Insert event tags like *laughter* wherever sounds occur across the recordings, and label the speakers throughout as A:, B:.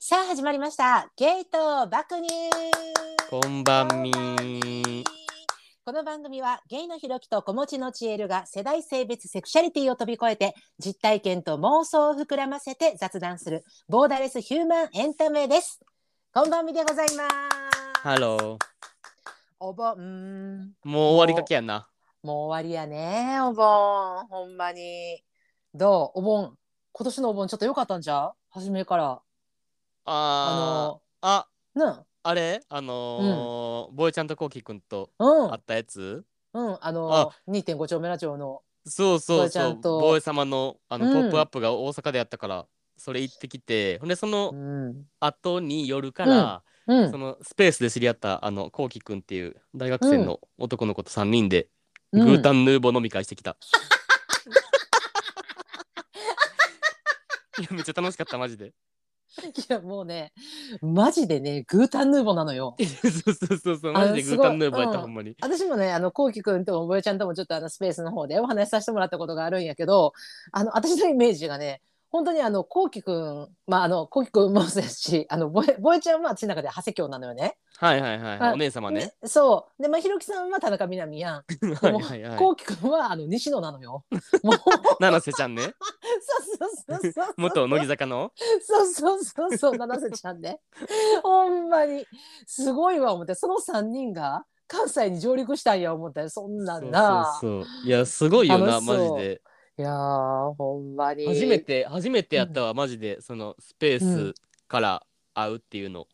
A: 始まりました。ゲート爆乳。
B: こんばんみ。
A: この番組はゲイのひろきと子持ちのちえるが世代性別セクシャリティを飛び越えて実体験と妄想を膨らませて雑談するボーダレスヒューマンエンタメです。こんばんみでございます。
B: ハロー。
A: お盆
B: もう終わりかけやな。
A: もう終わりやねお盆ほんまに。どうお盆今年のお盆ちょっと良かったんじゃう初めから。
B: あ
A: あ
B: ーあ、
A: のね
B: あれあのーボーイちゃんとコウキくんと
A: うん
B: 会ったやつ
A: うん、あの2.5丁目ラジオの
B: そうそ
A: ボー
B: う
A: イちゃ
B: そ
A: ん
B: う。
A: と
B: ボーイ様のあ
A: う
B: の、
A: ん
B: ポップアップが大阪でやったから、それ行ってきて、ほんでその
A: うん、
B: 後に夜から、
A: う
B: そのスペースで知り合ったあのコウキくんっていう大学生の男の子と3人で、
A: ん、
B: グータンヌーボー飲み会してき
A: *laughs*
B: た。いやめっちゃ楽しかったマジで。
A: *laughs* いやもうねマジでねグータンヌーボなのよ
B: そうそうそうそう、
A: あ
B: マジでグ
A: す
B: ー
A: ごい
B: タンヌーボーやった、
A: うん
B: ほんまに。
A: 私もねあのこうきくんともぼえちゃんともちょっとあのスペースの方でお話しさせてもらったことがあるんやけどあの私のイメージがね本当にあのこうきくんまああのこうきくんもそうやしあのぼえぼえちゃんは私の中で長谷京なのよね。
B: はいはいはい、
A: あ
B: お姉様ね。
A: そうでまあひろきさんは田中みな実やん。
B: はいはいはい。
A: こうきくんはあの西野なのよ。
B: *laughs*
A: もうそう
B: 七瀬ちゃんね。
A: そうそうそう。
B: *laughs* 元乃木坂の。
A: そうそうそうそう、七瀬ちゃんね。ほんまに。すごいわ、思って。その三人が関西に上陸したんや、思ったよ。そんなんな。
B: そうそうそう。いや、すごいよな、
A: 楽しそ
B: マ
A: う
B: ジで。
A: いやー、ほんまに。
B: 初め。て、初めてやったわ、マジで、そのスペ
A: うん
B: ースから会うっていうの。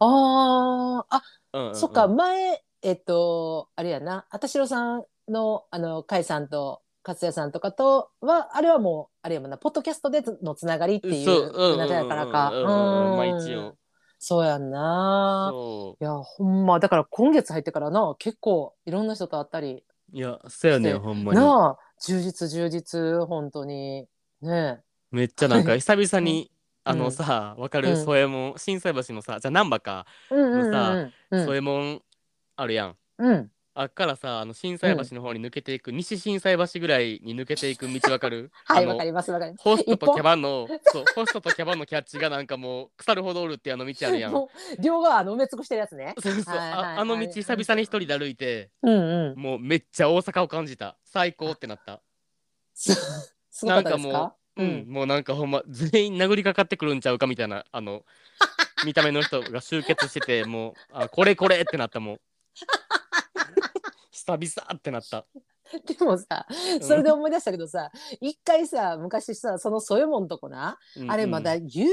A: あー、あ、
B: うんうんうん
A: そっか、。前、えっと、あれやな、あたしろさんの、あの、かいさんと、勝也さんとかとは、あれはもう、あれやもんな、ポッドキャストでのつながりっていう、
B: そう、うん、うん、
A: だ
B: う
A: か
B: ん、からら
A: か。
B: か。うん、まあ、
A: うん
B: 一応。
A: そうやんな。
B: そ
A: いや、ほんま、だから今月入ってからな、結構いろんな人と会ったり、
B: う。いや、そうやね、
A: そうん
B: ほんまに。
A: なあ、充実、充実、本当に。ね
B: めっちゃなんか、久々に。あ
A: う
B: の
A: ん
B: さ、わか
A: う
B: る、
A: ん
B: 宗右衛門、心斎橋のさ、じゃ、難波か、
A: え。うん
B: うんうん
A: う
B: 宗
A: ん
B: 右衛門。あるやん。
A: うん。うん。
B: あっからさあの心斎橋の方に抜けていく、西心斎橋ぐらいに抜けていく道わかる
A: *laughs* はい、
B: あの
A: わかります、わかります。
B: ホストとキャバのそうホストとキャバのキャッチがなんかもう腐るほどおるってあの道あるやんそ
A: もう両側の埋め尽くしてるやつね。
B: うそ
A: は
B: う、
A: いはいはい
B: ああの道久々に一人で歩いて
A: うんうん。
B: もうめっちゃ大阪を感じた最高ってなった
A: すすごかったです
B: なんかも
A: か
B: うん、もうなんかほんま全員殴りかかってくるんちゃうかみたいなあ
A: *laughs*
B: の見た目の人が集結しててもうあこれこれってなったも
A: *laughs*
B: う久々ってなった
A: でもさ、それで思い出したけどさ、一回さ、昔さ、その添えもんとこな、あれまだ
B: うん
A: 夕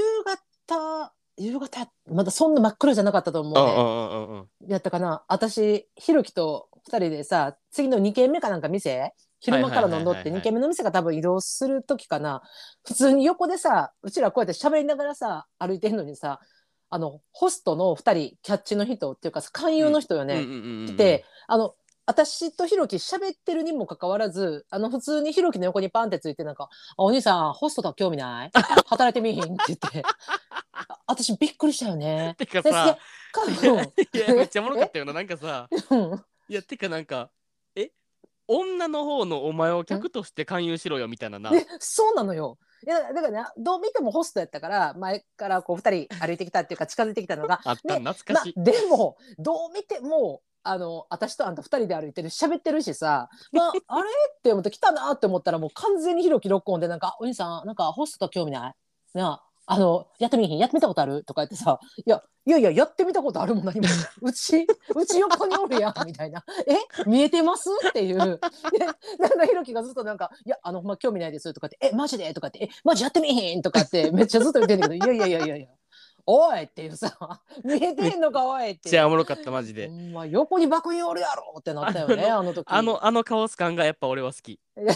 A: 方、夕方、まだそんな真っ暗じゃなかったと思う
B: う
A: ね。
B: んうんうんうんうん
A: やったかな私ひろきと2人でさ次の2軒目かなんか店昼間から飲んどって
B: はいはいはいはい
A: 2軒目の店が多分移動する時かな普通に横でさうちらこうやって喋りながらさ歩いてんのにさあのホストの2人キャッチの人っていうか勧誘の人よね、
B: うんうんうんうん
A: 来てあの私とひろき喋ってるにもかかわらずあの普通にひろきの横にパンってついてなんか「あお兄さんホストとは興味ない働いてみいひん」って言
B: *laughs*
A: ってあ私びっくりしたよね。
B: てか
A: で
B: さ、
A: い
B: い
A: や
B: や *laughs* いやめっちゃおもろかったよな、なんかさ、
A: うんうん
B: いや、てかなんか、え女の方のお前を客として勧誘しろよみたいなな。
A: ね、そうなのよ。いやだからねどう見てもホストやったから前からこう2人歩いてきたっていうか近づいてきたのが
B: あった、 *laughs* 懐
A: ま
B: かしい。
A: でもどう見てもあの私とあんた2人で歩いてる喋ってるしさ、まあ、
B: *laughs*
A: あれって思って来たなって思ったらもう完全にひろき録音でなんか「お兄さんなんかホストと興味ないなああのやってみひんやってみたことある?」とか言ってさ「いやいやいややってみたことあるもん
B: *laughs*
A: 何もうちうち横におるやん」みたいな「え見えてます?」って
B: *laughs*
A: いうでなんかひろきがずっとなんか「いやあのほんま興味ないです」とかって「えマジで?」とかって「えマジやってみひん?」とか
B: *laughs*
A: ってめっちゃずっと言ってんだけど「いやいやいやいやいやおい!」っていう
B: *laughs*
A: さ「見えてんのかおい!」って
B: めっ
A: い
B: ち
A: う
B: ゃおもろかった、マジ
A: ほ
B: で。
A: んま横に爆音おるやろってなったよねあの時
B: あの、あのカオス感がやっぱ俺は好
A: *laughs*
B: き
A: いや。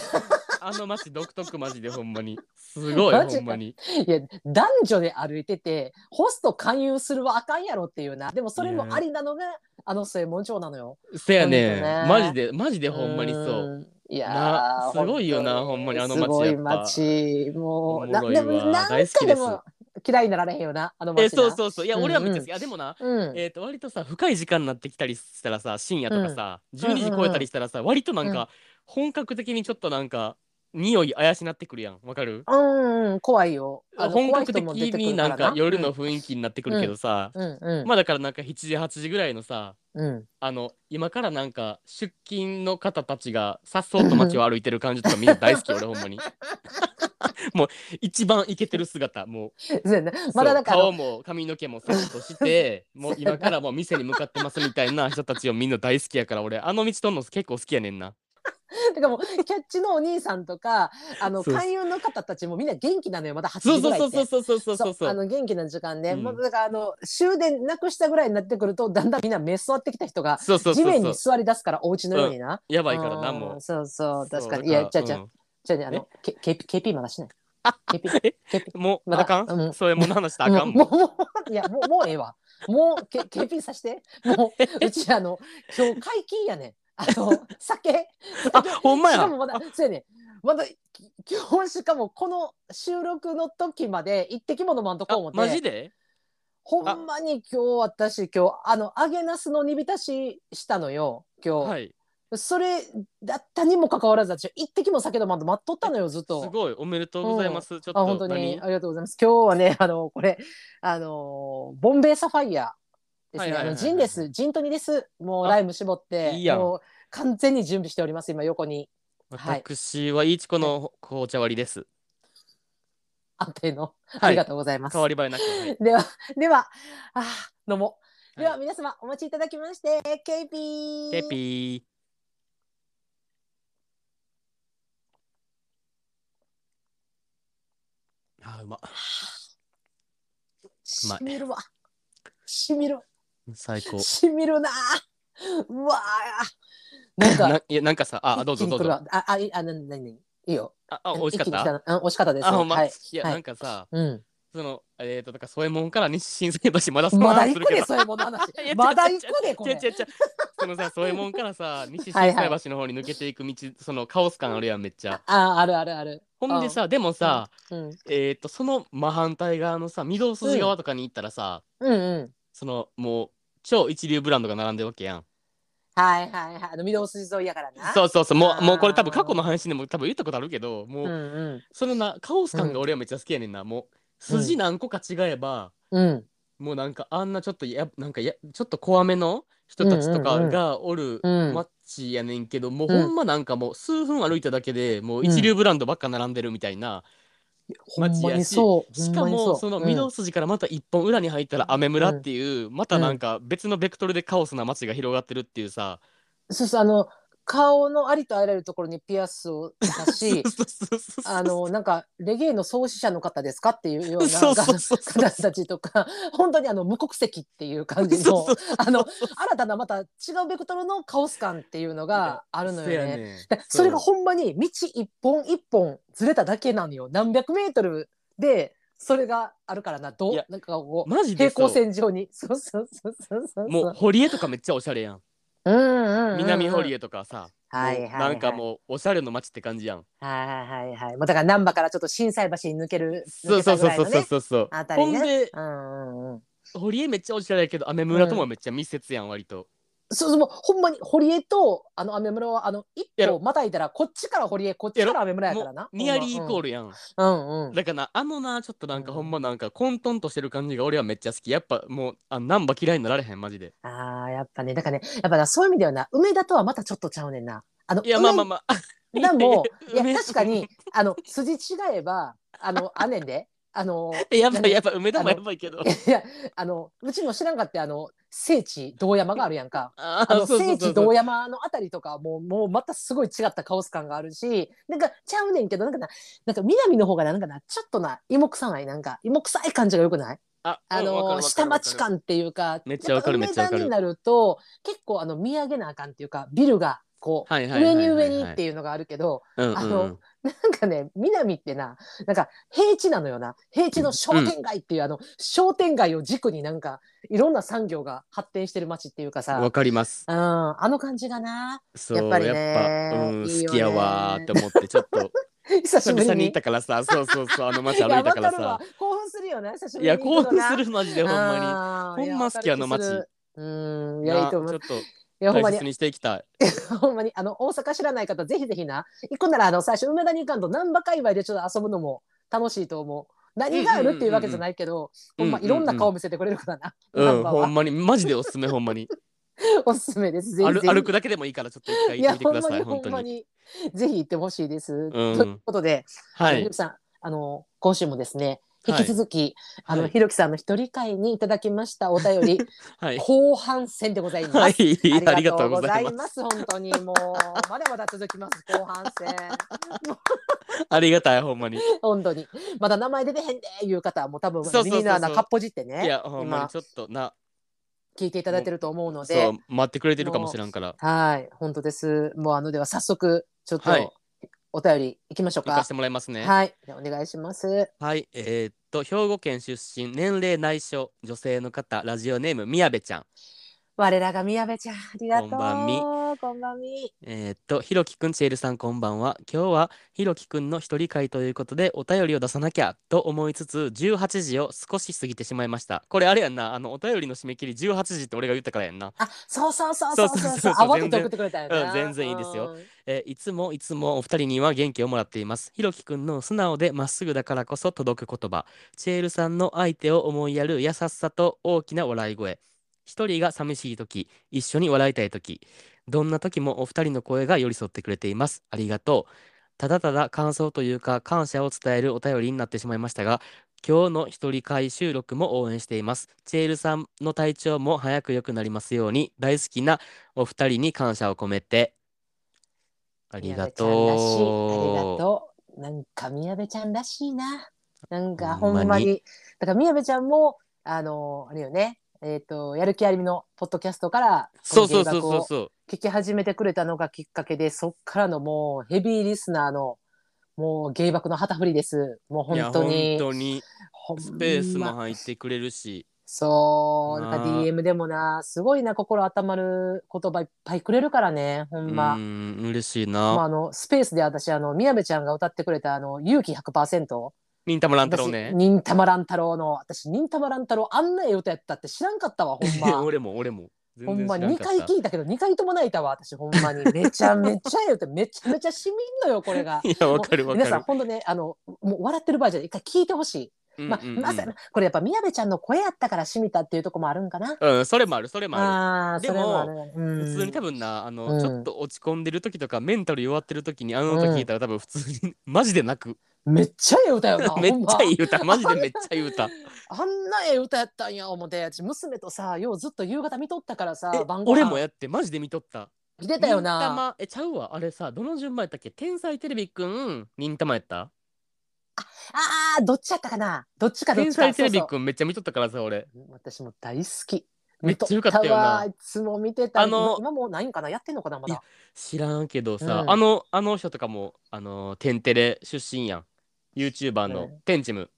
B: あの街独特マジでほんまに。すごい、
A: マジか
B: ほんまに。
A: いや男女で歩いててホスト勧誘するはあかんやろっていうなでもそれもありなのが、あの末門長なのよ
B: せや
A: ほん
B: ね
A: とね
B: マジで、マジでほんまにそう。
A: うーんいや
B: な
A: ー
B: すごいよな
A: 本当
B: ほんまにあの街
A: すごい
B: やっぱ
A: 街もう
B: おもろいわ
A: なん
B: 大好
A: か
B: きで
A: ですも嫌いになられへんよなあの街な
B: え、そうそうそう。いや、俺はめっちゃ
A: うんうん
B: 好き。あ、でもな、
A: うん、
B: えー、と割とさ深い時間になってきたりしたらさ深夜とかさ、
A: うん
B: 12時超えたりしたらさ、割となんか、本格的にちょっとなんか匂い怪しなってくるやんわかる
A: うんうん、怖いよ。あの
B: 本格的
A: 怖い人も出てく
B: に
A: るら
B: なんか夜の雰囲気になってくるけどさ、
A: うんうん
B: まあだからなんか7時8時ぐらいのさ
A: うん。 *laughs*
B: あの今からなんか出勤の方たちがさっそうと街を歩いてる感じとかみんな大好
A: *laughs*
B: き俺ほんまにもう一番イケてる姿もう
A: そうやねまだだから
B: そう顔も髪の毛もセットして
A: *laughs*
B: もう今からもう店に向かってますみたいな人たちをみんな大好きやから俺あの道とんの結構好きやねんな
A: だからもうキャッチのお兄さんとかあの
B: そう
A: 勧誘の方たちもみんな元気なのよまだ8時
B: そう
A: ぐ
B: そ
A: らいって
B: うそうそうそうそうそう
A: あの元気な時間ね、
B: うん
A: もうだからあの終電なくしたぐらいになってくるとだんだんみんな目座ってきた人が
B: そうそう
A: 地
B: そう
A: 面
B: そ
A: に
B: う
A: 座り出すからお家のようにな。
B: やばいからな
A: うん
B: もう
A: そうそう確かにい
B: そう
A: やじゃあじゃあ
B: うん
A: じゃあねあのけ KP KP まだし
B: *laughs*
A: ない。KP
B: え
A: KP
B: もう
A: まだ
B: あかん、
A: うん
B: それもう話したらあ
A: も
B: か
A: うんも
B: も
A: うもういやもうもうええわ。もう
B: *laughs*
A: け KP さしてもううちあの今日解禁やねん。あの
B: *laughs*
A: 酒
B: うあほんま
A: しか
B: や
A: もまだそうやねまだき今日しかもこの収録の時まで一滴も飲まんとこ
B: あ
A: う思って
B: マジで
A: ほんまに今日私今日あの揚げなすの煮浸ししたのよ今日、
B: はい
A: それだったにもかかわらず私一滴も酒飲まんと待っとったのよずっと。
B: すごいおめでとうございます、ちょっ
A: あ本
B: と
A: 当に
B: 何
A: ありがとうございます。今日はね、 *laughs* あのこれあのボンベイサファイアです
B: はい
A: ね。
B: はい
A: あ
B: はいは
A: の
B: い
A: ジンです。ジントニです。もうライム絞って、
B: あいいやん
A: もう完全に準備しております。今横にはい
B: 私はいちこの紅茶割りです、
A: 安定の、
B: はい
A: ありがとうございます
B: 変。わり映えなくはい
A: では *laughs* ではあー飲もう。では、
B: は
A: 皆様お待ちいただきまして、ケイピー。
B: ペッピーあーうまうまい
A: しみるわ。しみる。
B: 最高
A: しみるな。うわー。 *laughs* なんか。
B: いやなんかさあどうぞ
A: 一気
B: ど
A: に
B: う
A: 来る
B: ぞ
A: わあ、あ、いあ、なに、なになに、いいよ。
B: ああ美味しか
A: 一気に
B: っ
A: 来
B: た
A: なうん、美味しかったです。
B: あほんま、、
A: はいい。
B: や、
A: はい
B: なんかさ
A: うん。
B: そのえっ、ー、とだから添えもんから日清製だしまだその
A: まだ
B: 話
A: 行
B: する
A: く
B: け
A: で、
B: ど
A: そういうもの話
B: *laughs* いや。
A: まだ行くで、こ
B: 違う
A: れ
B: 違。う違うそのさそういうもんからさ
A: *laughs*
B: 西
A: はい
B: 新
A: はい
B: 海橋の方に抜けていく道そのカオス感あるやんめっちゃ
A: あ、あるあるある。
B: ほんでさでもさ、
A: うん。
B: えっ、とその真反対側のさ御堂筋側とかに行ったらさ、
A: うんうん。
B: そのもう超一流ブランドが並んでるわけやん
A: はいはいはい。あの、御堂筋沿いやからな。
B: そうそうそうも
A: あ
B: う
A: ー
B: もうこれ多分過去の配信でも多分言ったことあるけどもう、
A: うんうん。
B: そのなカオス感が俺はめっちゃ好きやねんな、もう筋何個か違えば、
A: うん。
B: もうなんかあんなちょっとやなんかやちょっと怖めの人たちと
A: う
B: か
A: んうんうん
B: がおる
A: うん
B: マッチやねんけど、もう
A: うん
B: ほんまなんかもう数分歩いただけでもう一流ブランドばっか並んでるみたいな、
A: ほんま
B: 街や
A: に
B: し
A: そう。
B: しか
A: ほんまに
B: もその御
A: う
B: 堂
A: ん
B: 筋からまた一本裏に入ったら雨村っていう、またなんか別のベクトルでカオスな街が広がってるっていうさ、
A: そうそう、あの、顔のありとあらゆるところにピアスを刺し、
B: そうそうそうそう
A: あの、なんか、レゲエの創始者の方ですかっていうような、
B: そうそうそうそ
A: *laughs*
B: う
A: 方たちとか本当にあの無国籍っていう感じの
B: そう
A: *laughs* あの新たなまた違うベクトルのカオス感っていうのがあるのよ
B: せや
A: ね。
B: ね
A: だそれがほんまに道一本一本ずれただけなのよ何百メートルでそれがあるからなど
B: いうや
A: なんかこう
B: マジで
A: 平
B: そう
A: 行線上にそうそうそうそうそう
B: もう堀江とかめっちゃおしゃれやん
A: うんうんうんうん
B: 南堀江とかさ、
A: はいはい
B: もう
A: はい
B: なんかもうおしゃれの街って感じやん
A: はいはいはいもうだから難波からちょっと心斎橋に抜ける
B: そうそうそう
A: 抜けたぐらいのね
B: そうそうそう
A: あた
B: ほ
A: り
B: ん
A: ね
B: で
A: うんうんうん
B: 堀江めっちゃおしゃれやけど雨村ともめっちゃ密接やん割と、
A: そうそうもうほんまに堀江とあの雨村はあの一
B: や
A: 歩
B: ろ
A: またいだらこっちから堀江こっちから雨村やからな
B: もうニアリーイコー
A: ル
B: ルやん、
A: うんうん
B: だからなあのなちょっとなんか
A: うん
B: ほんまなんか混沌としてる感じが俺はめっちゃ好きやっぱもうあナンバ嫌いになられへんマジで
A: あーやっぱねだからねやっぱなそういう意味ではな梅田とはまたちょっとちゃうねんなあの
B: いやまあまあまあ
A: 梅田もいや
B: *laughs* 梅
A: 確かにあの筋違えばあのあねんであ
B: *laughs*
A: の
B: やばいやっぱ梅田もやばいけど
A: いやあのうちの知らんかってあの聖地堂山があるやんか
B: あ
A: あの
B: そうそう
A: 聖
B: そう
A: 地堂山のあたりとかもうもうまたすごい違ったカオス感があるしなんかちゃうねんけどなんかななんか南の方がななんかなちょっとな芋臭ないなんか芋臭い感じがよくない
B: あ
A: あ
B: うんわかるわか
A: の
B: る
A: 下町
B: わかる
A: 感っていうか
B: めっちゃわか
A: や
B: るめっ
A: ぱ
B: ちゃわかる
A: 梅田になると結構あの見上げなあかんっていうかビルがこう
B: はいはいはいは
A: 上
B: い
A: に上にっていうのがあるけど
B: うん
A: あ
B: うんう
A: の
B: ん
A: なんかね南ってななんか平地なのよな平地の商店街っていう、あの商店街を軸になんかいろんな産業が発展してる街っていうかさ
B: わかります
A: うん、あの感じがな。
B: そう
A: やっ
B: やっ
A: ぱ
B: ぱ
A: りね
B: うん
A: いいよね
B: 好きやわーって思ってちょっ
A: *laughs*
B: と
A: *laughs* 久し
B: 久
A: ぶり
B: 々に
A: に。
B: 行ったからさそうそうそうあ
A: *laughs*
B: の街
A: い
B: 歩い
A: や
B: た
A: わか
B: か
A: らる
B: さ
A: わ興奮するよね久しぶり
B: い
A: に
B: や
A: 行く
B: 興
A: と
B: 奮
A: な
B: するマジでほんまに
A: あー
B: ほんま好き
A: いや
B: あの街
A: わかる気するうんい
B: い
A: やいいと思
B: ちょ
A: う
B: っと
A: いや、ほん
B: 大
A: まに
B: 切、にしていきたい。
A: *laughs* ほんまに、あの、大阪知らない方、ぜひぜひな、行くなら、あの、最初、梅田に行かんと、難波界隈でちょっと遊ぶのも楽しいと思う。何があるっていうわけじゃないけど、
B: う
A: ほ
B: んうんんうん
A: ま、いろんな顔見せてくれるからな。
B: うん、
A: ナンバー
B: ほ
A: は
B: んまに、マジでおすすめ、ほんまに。
A: おすすめです。ぜひ
B: 歩
A: ぜひ。
B: 歩くだけでもいいから、ちょっと一回
A: い
B: 行っ
A: や、
B: てみ
A: ほ
B: てく
A: ん
B: だ
A: ま
B: さ
A: に、
B: い、本
A: ほん
B: 当
A: ま
B: に。
A: に。ぜひ行ってほしいです。ということで、
B: は
A: ひ
B: い
A: ろき。さん、あの、今週もですね、引
B: はい
A: き続き、あの、
B: はい
A: ひろきさんの一人会にいただきましたお便 *laughs* り、
B: はい。
A: 後半戦でございます。
B: は
A: あ
B: い、あ
A: り
B: り
A: が
B: が
A: と
B: と
A: う
B: う
A: ご
B: ご
A: ざ
B: ざ
A: い
B: いま
A: ます。本当にもう、まだまだ続きます。後半 *laughs* 戦。
B: す。ありがたい、ほんまに。い
A: 本当に。まだ名前出てへんでいう方は、もう多分、
B: そうそうそうそう
A: リーナーなかっぽじってね
B: や、、ほんま
A: 今
B: に、ちょっとな、
A: 聞いていただいてると思うの
B: そ
A: で
B: う、、待ってくれてるかもしれんから、
A: はい、本当です。もう、あの、では早速、ちょっと
B: はい、
A: お便りいきましょう
B: 行か
A: か
B: せ。てもらいますね。
A: はい、ではお願いします。
B: はい、えーっと、兵庫県出身、年齢内緒、女性の方、ラジオネーム、宮部ちゃん。
A: 我らが宮部ちゃん、ありがとう。
B: こんばんみ
A: こんばんみ。
B: えーっと、ひろきくん、チェールさん、こんばんは。今日は、ひろきくんの一人会ということで、お便りを出さなきゃと思いつつ、18時を少し過ぎてしまいました。これ、あれやんな、あの、お便りの締め切り18時って俺が言ったからやんな。
A: あ、そうそうそうそうそう
B: そう
A: そう
B: そうそう
A: 慌てて送ってくれたよな。
B: 全然うん全然いいですよ
A: うん。
B: えーいつもいつもお二人には元気をもらっています。ひろきくんの素直でまっすぐだからこそ届く言葉。チェールさんの相手を思いやる優しさと大きな笑い声。一人が寂しい時、一緒に笑いたい時。どんな時もお二人の声が寄り添ってくれています。ありがとう。ただただ感想というか感謝を伝えるお便りになってしまいましたが、今日の一人会収録も応援しています。チェールさんの体調も早く良くなりますように、大好きなお二人に感謝を込めて。あり
A: 宮
B: が
A: 部ちゃんらしいありが
B: と
A: とう。なんか宮部ちゃんらしいな。なんかほん
B: ほん
A: ま
B: ま
A: に。
B: に
A: だから宮部ちゃんも、あのあれよね。えっ、と、やる気ありみのポッドキャストから、
B: う。そうそうそう
A: こ
B: そう
A: の
B: そう。
A: 芸聞き始めてくれたのがきっかけで、そっからのもうヘビーリスナーの、もう芸爆の旗振りです。もう
B: いや
A: 本当に。
B: 本当に
A: ほんま
B: スペースも入ってくれるし、
A: そう、な
B: なん
A: か DM でもな、すごいな、心温まる言葉いっぱいくれるからね、ほ
B: うん
A: ま。
B: ん嬉しい
A: まあ、
B: な。
A: あの、スペースで私、あの、宮部ちゃんが歌ってくれた、あの、勇気100%。
B: 忍たま乱太郎
A: 私、
B: ね。
A: 忍たま乱太郎の、私、忍たま乱太郎、あんなええ歌やったって知らんかったわ、ほんま。
B: *laughs* 俺も俺も。
A: ほんま、
B: 全然
A: 2
B: 知ら
A: 回
B: んかった
A: 聞いたけど、2回とも泣いたわ、私、ほんまに。めちゃめちゃええ歌、めちゃめちゃしみんのよ、これが。
B: いや、 *laughs* わかるわか
A: 皆
B: る
A: さん、。ほんとね、あの、もう笑ってる場合じゃない一回聞いてほしい。
B: うん
A: まあ、
B: うんうん
A: まさに、これやっぱ宮部ちゃんの声やったからしみたっていうとこもあるんかな。
B: うん、それもある、それもあ
A: ああー
B: でも
A: それあるよね
B: る。
A: うん
B: 普通に多分な、あの、
A: うん
B: ちょっと落ち込んでる時とか、メンタル弱ってる時に、あの歌
A: うん
B: 聞いたら、多分普通に、 *laughs* マジで泣く。
A: めっちゃええ歌よ
B: *laughs*
A: な
B: めっちゃい
A: い
B: い歌、マジでめっちゃいい
A: *laughs*
B: 歌。
A: あんなええ歌やったんや思って私娘とさようずっと夕方見とったからさ
B: え
A: 晩ご飯
B: 俺もやって、マジで見とった。
A: 見てたよ
B: 忍た
A: な
B: ま、え、ちゃうわ、あれさ、どの順番やったっけ、天才テレビくん、忍たまやった。
A: あーどっちやったかなどっちかどっ
B: 天
A: ちか
B: 才テレビ
A: そう
B: くん、めっちゃ見とったからさ、俺。
A: そう私も大好き
B: めっちゃよかったよな
A: 見わいつも見てた
B: あ
A: 今
B: の
A: 今もうないんかなやってんのかなま
B: い
A: だ
B: や知らんけどさ、
A: うん
B: あのあの人とかもあの天テレ出身やん YouTuber
A: う
B: の天チム、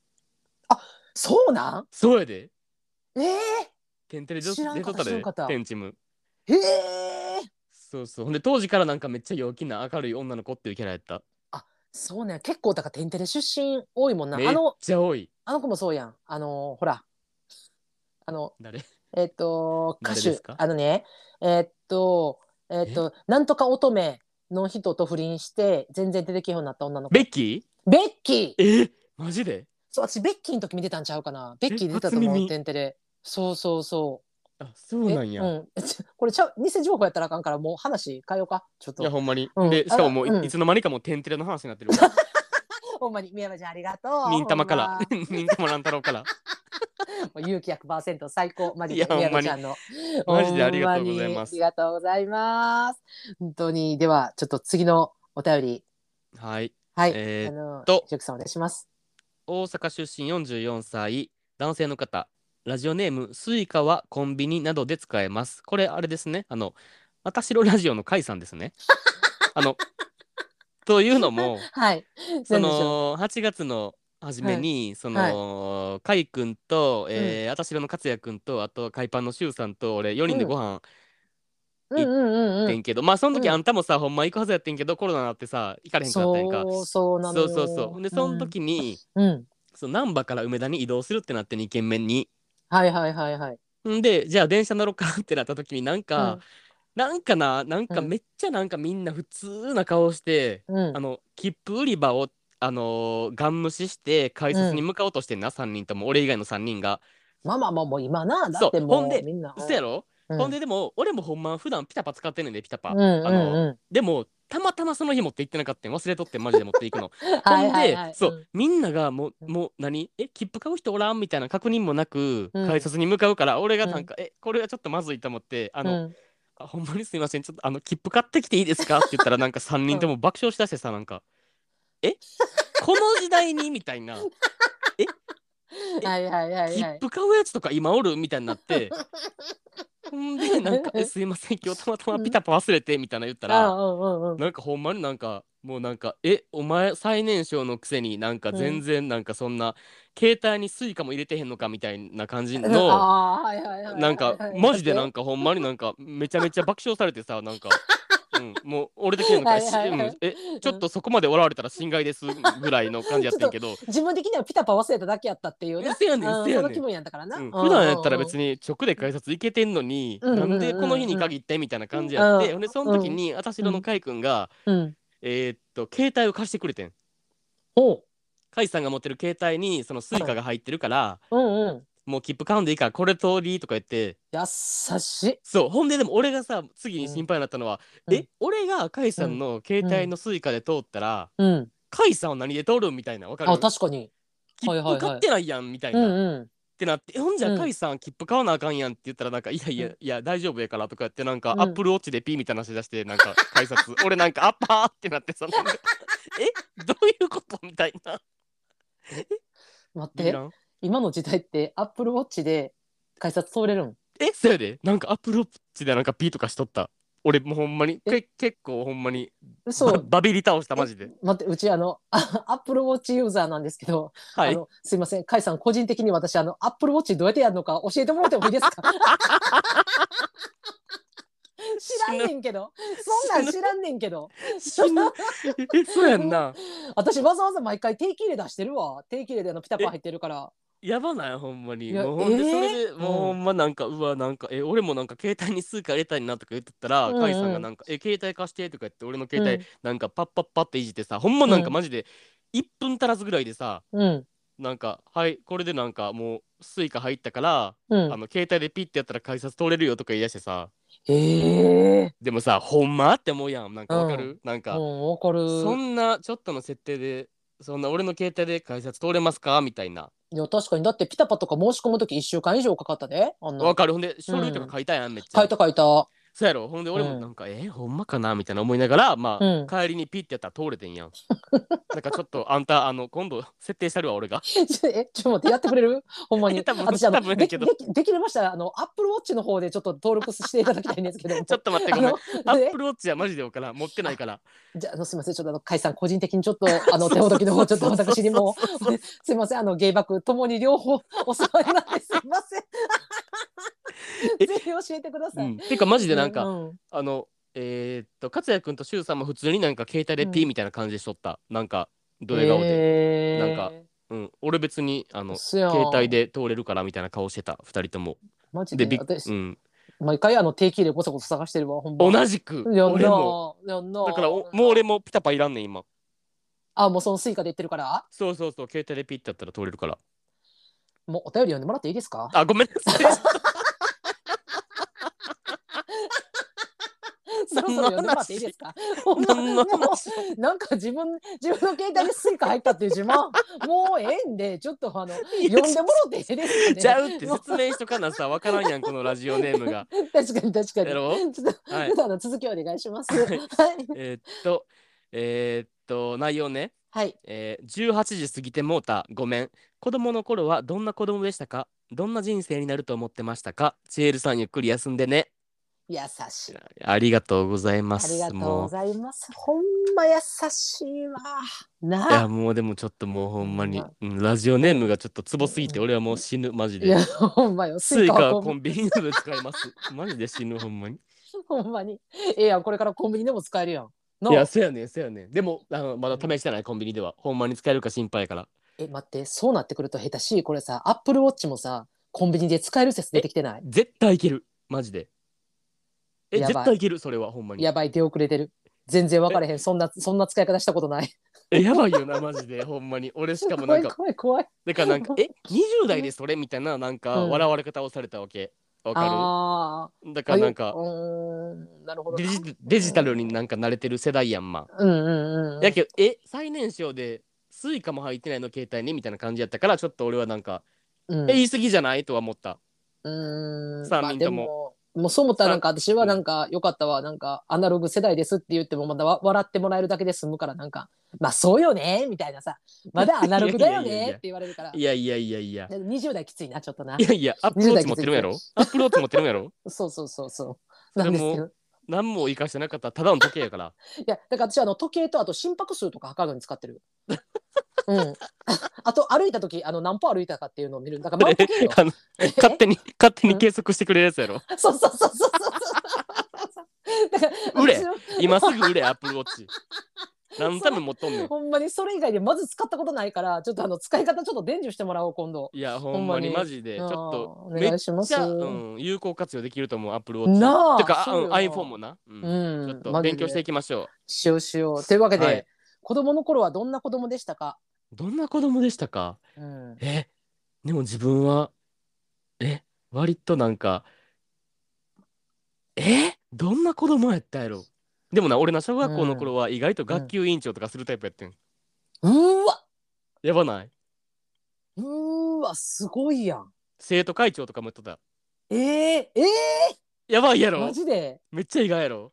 A: そうなん
B: そうやで
A: ええ
B: 天テレ出
A: 知らんか
B: 出
A: った
B: とった
A: 知らん
B: で
A: かった
B: 天チム
A: ええ
B: そうそうほんで当時からなんかめっちゃ陽気な明るい女の子っていうキャラやった
A: そうね結構だから天てれ出身多いもんな
B: めっ
A: あの
B: ちゃ多い
A: あの子もそうやんあのほらあの *laughs*
B: 誰
A: えっと、歌
B: 誰
A: 手
B: ですか、
A: あのね、えっと、えっと、なんとか乙女の人と不倫して、全然出てけようになった女の子。
B: ベッキ
A: ベッキー
B: ーえマジで
A: そう、私、ベッキーの時見てたんちゃうかな。ベッキー出てたと
B: 初
A: 思う、
B: 耳
A: テンテレ。そうそうそ
B: あ
A: う。
B: そうなんや、
A: えうん。 *laughs* これ、ちゃう、偽情報やったらあかんから、もう話変えようか。ちょっ
B: いや
A: と。
B: ほんまに、
A: うん
B: でしかももうい,、
A: あうん
B: つの間にかもう天テレの話に
A: *laughs*
B: なってるから
A: ほんまに、宮山ちゃんありがとう。
B: 忍たま
A: ほ
B: か
A: ん
B: ら *laughs*
A: ま
B: 忍たま乱太郎から
A: もう勇気100%最高マジ
B: い
A: で
B: や
A: 宮野
B: ほんまに
A: ちゃんの
B: マジでありがとうございます
A: ほんにありがとうございます本当にではちょっと次のお便り
B: はい
A: はい、
B: えー
A: あの
B: と
A: ジョークさんお願いします
B: 大阪出身44歳男性の方ラジオネームスイカはコンビニなどで使えますこれあれですねあの「あたしろラジオ」の甲斐さんで
A: *laughs*
B: すねあのというのも
A: はい
B: そ
A: *laughs* 何でしょ
B: の8月の初めに、その甲斐、くんと、えーあたしろの勝也くんとあと甲斐パンのしゅうさんと俺4人でご飯
A: ううんうんう
B: 行っ
A: ん
B: て
A: うん
B: けど、まあその時
A: うん
B: あんたもさ、ほんま行くはずやってんけどコロナになってさ行かれ
A: ん
B: へんかったやんか
A: そうそうなの
B: そ
A: よ
B: うそうそうでその時に、
A: うん、うん
B: その難波から梅田に移動するってなって2軒目に
A: はいはいはいはい
B: んでじゃあ電車乗ろうかってなった時になんか、なんかななんか
A: うん
B: めっちゃなんかみんな普通な顔して、
A: うん
B: あ。の切符売り場をあのーガン無視して改札に向かおうとしてんな、三3人とも俺以外の3人が。
A: まあまあまあもう今な、だ
B: そう
A: っても
B: ほんで
A: うみんな。
B: そやろ、
A: うん
B: ほんででも俺もほんま普段ピタパ使ってんねんでピタパ、
A: うんうん
B: あの
A: うん。
B: でもたまたまその日持って行ってなかったん忘れとってんマジで持っていくの
A: *laughs* はいはい
B: ほん
A: は
B: で
A: い。
B: そう、
A: ん。
B: みんながもう
A: うん
B: もう何え切符買う人おらんみたいな確認もなく、
A: うん
B: 改札に向かうから俺がなんか、えこれはちょっとまずいと思ってあの、
A: うん
B: あほんまにすいませんちょっとあの切符買ってきていいですか?」って言
A: *laughs*
B: ったらなんか3人とも爆笑しだしてさなんか「えこの時代に?」みたいな
A: はいはいは
B: 「
A: い
B: 切
A: はい。
B: 符買うやつとか今おる?」みたいに
A: *laughs*
B: なってほんでなんか「えすいません今日たまたまピタパ忘れて」みたいな言った
A: あ
B: ら
A: うんうんうん。
B: なんかほんまになんかもうなんか「えお前最年少のくせになんか全然なんかそんな携帯にスイカも入れてへんのか」みたいな感じの。
A: あーはいはいはい。
B: なんかマジでなんんかほんまになんかめちゃめちゃ爆笑されて
A: *laughs*
B: さなんか、うん、もう俺的にはなんかし
A: はいはいはい
B: うんえちょっとそこまで笑われたら侵害ですぐらいの感じやってんけど
A: 自分的にはピタパ忘れただけやったっていうね。
B: せやねん
A: うん
B: せ
A: そ
B: やね
A: の
B: ん
A: 気。分やったからな。
B: うん普段やったら
A: に
B: 別に直で改札行けてんのに、
A: うんうんうんうん
B: なんでこの日に限ってみたいな感じやって、
A: うん
B: ほんでその時に私の海君が、
A: うん。
B: えーっと携帯を貸してくれてん
A: ほ
B: 海さんが持ってる携帯にそのスイカが入ってるから、
A: う。うんうん。
B: もう切符買うんでいいからこれとりとか言って
A: 優しい。
B: そうほんででも俺がさ次に心配になったのは、
A: うん
B: え俺が甲斐さんの携帯のスイカで通ったら
A: うん。
B: 甲斐、さんは何で通るんみたいなわかる
A: あ、確かに。
B: 切
A: はいはいは
B: 符
A: い
B: 買ってないやんみたいな、
A: うん
B: っ
A: う
B: てなってえほんじゃ
A: うん
B: 甲斐さん切符買わなあかんやんって言ったらなんか「いやいや
A: うん
B: いや大丈夫やから」とか言ってなんか、
A: うん。
B: アップルウォッチでピーみたいなし出してなんか改札俺なんか「アッパー」ってなってさなんかえどういうことみたいなん
A: 待っ
B: い
A: て
B: ら。ん
A: 今の時代ってアップルウォッチで改札通れるん。
B: えそうやでなんかアップルウォッチでなんかピーとかしとった俺もうほんまにけ結構ほんまに
A: 嘘
B: バ。バビり倒したマジで
A: 待って、うちあの、 *laughs* あアップルウォッチユーザーなんですけど、
B: はい
A: あの、すいません、甲斐さん、個人的に私、あの、アップルウォッチどうやってやるのか教えてもらってもいいですか知らんねんけど、そんなん知らんねんけど、
B: 死ぬえそうやんな
A: *laughs* 私わざわざ毎回定期入れ出してるわ。定期入れであの、ピタパン入ってるから。
B: やばないほんまに
A: いや
B: もうほんで
A: えー
B: それで、もうほ
A: うん
B: んまなんかうわなんかえ俺もなんか携帯に数回入れたいなとか言ってたら
A: うんうん
B: 甲斐、さんがなんか「え携帯貸して」とか言って俺の携
A: う
B: 帯
A: ん
B: なんかパッパッパっていじってさほんまなんか
A: うん
B: マジで1分足らずぐらいでさ
A: うん。
B: なんか「はいこれでなんかもうスイカ入ったから、
A: うん
B: あ。の携帯でピッてやったら改札通れるよ」とか言い出してさ
A: ええ
B: でもさほんまって思うやんなんかわかる、なん
A: ー。
B: か、
A: もうわかる。
B: そんなちょっとの設定でそんな俺の携帯で改札通れますかみたいない
A: や、確かに。だって、ピタパとか申し込むとき1週間以上かかったで。あんな
B: わかるほんで書類とか書いたやん、めっちゃ
A: 書いた書いた。 *laughs*
B: そうやろほんで俺もなんか、えーほんまかなみたいな思いながらまあ、
A: うん
B: 帰りにピッてやったら通れて
A: *laughs*
B: んやんなんかちょっとあんたあの今度設定したるわ
A: *laughs*
B: 俺が
A: ちょえ、ちょっと待って、やってくれる *laughs* ほんま
B: いや
A: に。
B: 多分
A: 私、あ
B: 多分
A: の、
B: や
A: で
B: け
A: き、
B: ど
A: でき、できれましたら、あの、アップルウォッチの方でちょっと登録していただきたいんですけども。
B: *laughs* ちょっと待って
A: あ
B: ごめん
A: の、
B: アッ
A: で
B: プルウォッチはマジで分からん持ってないから
A: じゃあ、あの、すみません、ちょっと、あの、甲斐さん、個人的にちょっと、あの、手ほどきの方、ちょっと私にも。 *laughs* ですみません、あの、芸爆、ともに両方、お世話になって、すみません。
B: え
A: ぜひ教えてくだ
B: う
A: さい。
B: んてかマジでなんか、
A: う
B: あのえー、っと勝也君と柊さんも普通になんか携帯でピーみたいな感じでしとった、なんかドヤ顔で、
A: へー
B: なんうん、俺別にあの
A: そやん
B: 携帯で通れるからみたいな顔してた2人とも
A: マジ
B: で
A: で
B: びっ、
A: 私、
B: うん、
A: 毎回あの定期入れこそこそ探してるわほんま
B: 同じく
A: やんな
B: 俺も
A: やんな
B: だからおもう俺もピタパいらんねん今
A: あもうそのスイカで言ってるから
B: そうそうそう携帯でピッてやったら通れるから
A: もうお便り読んでもらっていいですか
B: あ、ごめんなさい。
A: そろそろ読んでもらっていいですかほんま
B: 何の
A: も
B: 話
A: うなんか自分自分の携帯にスイカ入ったっていう
B: *laughs*
A: 自慢もうええんでちょっとあの *laughs* 読んでもろっていいですかね
B: ちゃうって説明しとかなさ、わからんやん、このラジオネー
A: *laughs*
B: ムが。
A: 確かに確か
B: やろ
A: にちょっと、
B: はい
A: ちょっとあの続きお願いします
B: は
A: はいい
B: えーっと、えーっと、内容ね。
A: はい
B: えー18時過ぎてもうた、ごめん。子供の頃はどんな子供でしたかどんな人生になると思ってましたかチエルさんゆっくり休んでね。
A: 優しい
B: ありがとうございま
A: あ
B: す。
A: りがとう
B: も
A: ございますほんま優しいわ
B: ういや
A: なあ
B: もうでもちょっともうほんまに
A: ほん、
B: うんラジオネームがちょっとツボすぎて俺はもう死ぬマジ
A: いや
B: で
A: ほんまよ
B: スイカは
A: を
B: コンビニなどで使いますマジで死ぬほんまに
A: *laughs* ほんまに。ええやん、これからコンビニでも使えるやん。ない
B: や、そうやねん、そうやねん。でも、あのまだ試してない、コンビニでは。ほんまに使えるか心配やから。
A: え、待って、そうなってくると下手しい、これさ、アップルウォッチもさ、コンビニで使える説出てきてない。
B: 絶対いける。マジで。え、
A: やばい
B: 絶対いける、それは、ほんまに。
A: やばい、出遅れてる。全然分かれへん。そんな、そんな使い方したことない。
B: えやばいよな、マジで、ほんまに。俺しかもな
A: 怖
B: ん
A: い、*laughs*
B: か、
A: 怖い、怖い。
B: だからなんか、え、20代でそれみたいな、なんか、
A: うん
B: 笑われ方をされたわけ。わか
A: あ
B: るだ
A: あ。
B: からなんか
A: う、ーん、なるほど
B: デ
A: な。
B: ジデジタルになんか慣れてる世代やんま。
A: うんうんうん。
B: やけど、え、最年少で、スイカも入ってないの携帯にみたいな感じやったから、ちょっと俺はなんか、
A: うん
B: え、言い過ぎじゃないとは思った。
A: うーん
B: 三
A: まあ
B: 人
A: で
B: とも
A: ももうそう思ったらなんか私はなんかよかったわなんかアナログ世代ですって言ってもまだわ笑ってもらえるだけで済むからなんかまあそうよねみたいなさまだアナログだよ
B: いやいやいやい
A: ね
B: や
A: って言われるから
B: いやいやいやいや。
A: でも20代きついなちょっとない *laughs*
B: やいや、アップローチ持ってるんやろアップローチ持ってるんやろ *laughs*
A: そうそうそうそう
B: そ
A: な
B: れ
A: ん
B: も
A: ですけどい
B: 何も生かしてなかった、ただの時計
A: *laughs*
B: やから。
A: やだから私あの時計とあと心拍数とか測るのに使ってるうん *laughs* あと歩いた時あの何歩歩いたかっていうのを見るだから万歩計よ
B: あの勝手に、勝手に計測してくれるやつやろ。
A: そうそうそうそうそう
B: *laughs*
A: そうだから
B: 売れ
A: 私は
B: 今すぐ売れ、アップルウォッチ。何のために持っとんねん。
A: ほんまにそれ以外でまず使ったことないからちょっとあの使い方ちょっと伝授してもらおう今度。
B: いや、ほんまに
A: ほんま
B: マ
A: に
B: ジで、
A: ち
B: ちょっと。
A: お願いします。
B: じゃあ、うん、有効活用できると思う、アップルウォッチ。
A: なあ
B: てか、あ
A: そう
B: う
A: よ
B: ん、iPhone もな。うん
A: うん
B: ちょっと
A: マジで
B: 勉強していきましょ
A: しようしよう。というわけで、
B: はい
A: 子供の頃はどんな子供でしたか、
B: う。どんな子供でしたか
A: うん、
B: えでも自分はえ割となんかえどんな子供やったやろでもな俺な小学校の頃は意外と学級委員長とかするタイプやってん、
A: うーわ
B: やばないう
A: ーわすごいやん。
B: 生徒会長とかもやっとった
A: えー、え
B: やばいや
A: ー、マ
B: ろ
A: ジで
B: めっちゃ意外やろ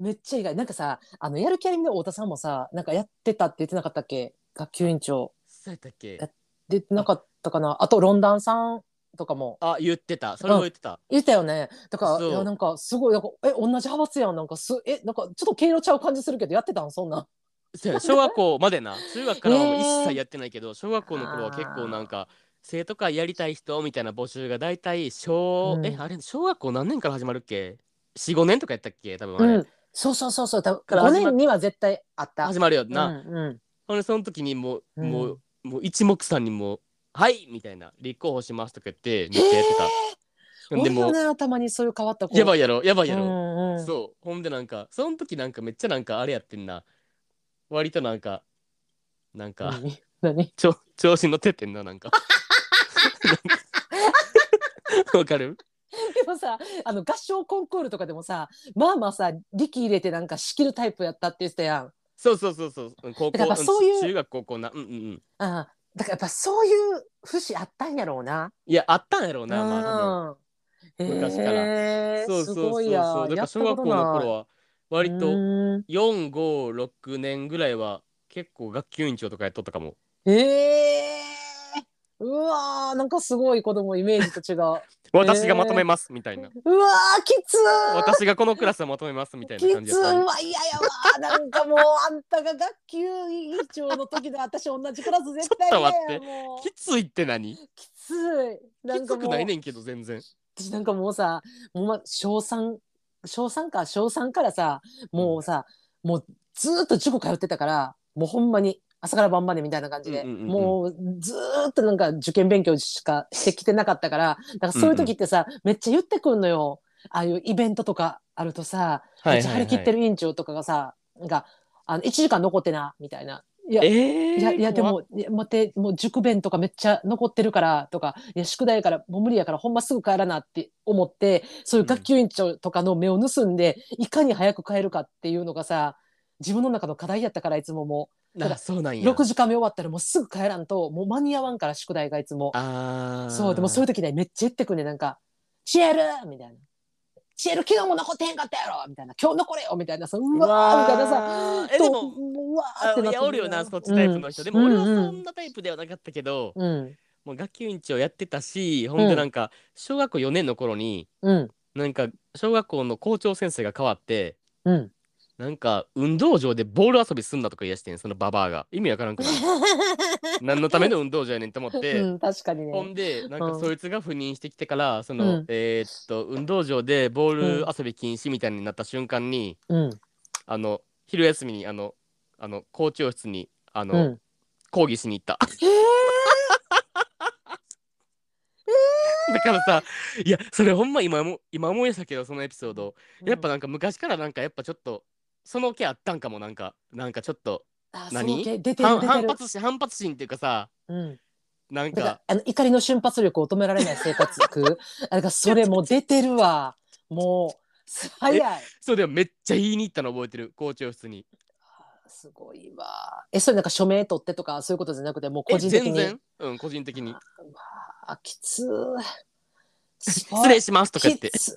A: めっちゃ意外。なんかさあのやる気ありみの太田さんもさなんかやってたって言ってなかったっけ学級委員長
B: そうやったっけ
A: やっ出てなかったかなあとロンダンさんとかも
B: あ言ってたそれも言ってた
A: 言ってたよね。だから、
B: そう
A: いや、なんか、すごい、なんか、え、同じ派閥やん、なんか、す、え、なんか、ちょっと毛色ちゃう感じするけど、やってたん、そんなん。
B: そうや小学校までな中学からはもう
A: えー
B: 一切やってないけど小学校の頃は結構なんか生徒会やりたい人みたいな募集が大体小、
A: うん
B: えあれ小学校何年から始まるっけ45年とかやったっけ多分あれ、
A: うん。そうそうそうそう、たぶ
B: から
A: 5
B: 始まっ
A: 年には絶対あった。
B: 始まるよな、
A: うん、うん。
B: ほんでその時にもう、
A: うん
B: もうもう一目散にもう「はい!」みたいな「立候補します」とか言ってめっちゃやってた、
A: 多
B: で
A: いよ
B: も
A: ね、たまにそういう変わった子。
B: やば
A: い
B: いやろやばいや
A: う
B: ろ、
A: ん、うん。
B: そうほんでなんかその時なんかめっちゃなんかあれやってんな割となんかなんか、
A: 何何 *laughs*
B: ちょ *laughs* 調子に乗ってってんななんか *laughs* わかる
A: でもさあの合唱コンクールとかでもさまあまあさ力入れてなんか仕切るタイプやったって言ってたやん
B: そうそうそうそううん高
A: だか
B: 校
A: らそういう
B: うん中学高校なうんうんうん
A: あだからやっぱそういう節あったんやろうない
B: やあったんやろうなまあ多分
A: うん
B: 昔から
A: へー
B: そうそ
A: す
B: うそ
A: ご
B: う
A: いや
B: そうだから小学校の頃
A: は
B: は割と
A: と
B: 456年ぐらいは結構学級委員長とかやっとったかも
A: ええー、うわーなんかすごい子供イメージと違
B: *laughs*
A: ううわ
B: 私がまとめますみたいな、
A: ーきつ
B: 私がこのクラスをまとめますみたい
A: ー
B: な感
A: き
B: じ
A: つ
B: やっ
A: ーう
B: た
A: わ嫌やわなんかもうあんたが学級委員長の時の私同じクラス絶対嫌や
B: *laughs* ちょっと待って
A: もう
B: きついって何き
A: きついなんか
B: つ
A: も
B: く
A: う
B: ないねんけど全然
A: 私なんかもうさもうま小三小三か小三からさもうさ、もうずーっと塾通ってたからもうほんまに朝から晩までみたいな感じで、
B: うんうんうんうん
A: もうずーっとなんか受験勉強しかしてきてなかったからだからそういう時ってさ、めっちゃ言ってくんのよああいうイベントとかあるとさ、めっちゃ張り切って
B: る
A: る委員長とかがさなんかあの1時間残ってなみたいな。いや
B: えー、
A: いやいやで
B: 怖っ
A: もいや待ってもう塾弁とかめっちゃ残ってるからとかいや宿題やからもう無理やからほんますぐ帰らなって思ってそういう学級委員長とかの目を盗んで、いかに早く帰るかっていうのがさ自分の中の課題やったからいつもも
B: あそうなん
A: う
B: や
A: 6時間目終わったらもうすぐ帰らんともう間に合わんから宿題がいつも
B: あー
A: そうでもそういう時ねめっちゃ言ってくんねなんか「シエル!」みたいな「シエル昨日も残ってへんかったやろ!」みたいな「今日残れよ!」みたいなさう
B: う
A: わーみたいなさ
B: わーえ
A: と
B: でも
A: うわー
B: あ
A: ってなって
B: いやおるよなそっちタイプの人、でも俺はそんなタイプではなかったけど、
A: うん
B: もう学級委員長やってたしほんでなんか小学校4年の頃に
A: うん
B: なんか小学校の校長先生が変わって
A: うん
B: なんか運動場でボール遊びすんなとか言い出してんそのババアが意味わからんくない
A: *laughs*
B: 何のための運動場やねんと思って、
A: うん、確かに
B: ほ
A: ね。
B: んでなん
A: う
B: か
A: ん
B: そいつが赴任してきてからその、
A: うん
B: えーっと運動場でボール遊び禁止みたいになった瞬間に、
A: うん、
B: あの昼休みにあのあの校長室にあの、
A: うん。
B: *laughs* 抗議しに行った。
A: ええー。ええ
B: だからさいやそれほんま今も今思い出したけどそのエピソードやっぱ
A: うん
B: なんか昔からなんかやっぱちょっとその気あったんかもなんかなんかちょっと
A: あ
B: 何
A: その系出て
B: 反
A: る出
B: 反
A: てる。
B: 発心反発心っていうかさ
A: うん。
B: なん
A: だから
B: か
A: あの怒りの瞬発力を止められない生活 *laughs* 苦。あだからそれもう出てるわ。もうす早い。
B: そうでもめっちゃ言いに行ったの覚えてる校長室に
A: すごいわ。えそれなんか署名取ってとかそういうことじゃなくてもう
B: え
A: 個人的に。
B: 全然うん個人的に
A: うわあきつー。
B: 失
A: 失
B: 礼しますとか言って
A: きつ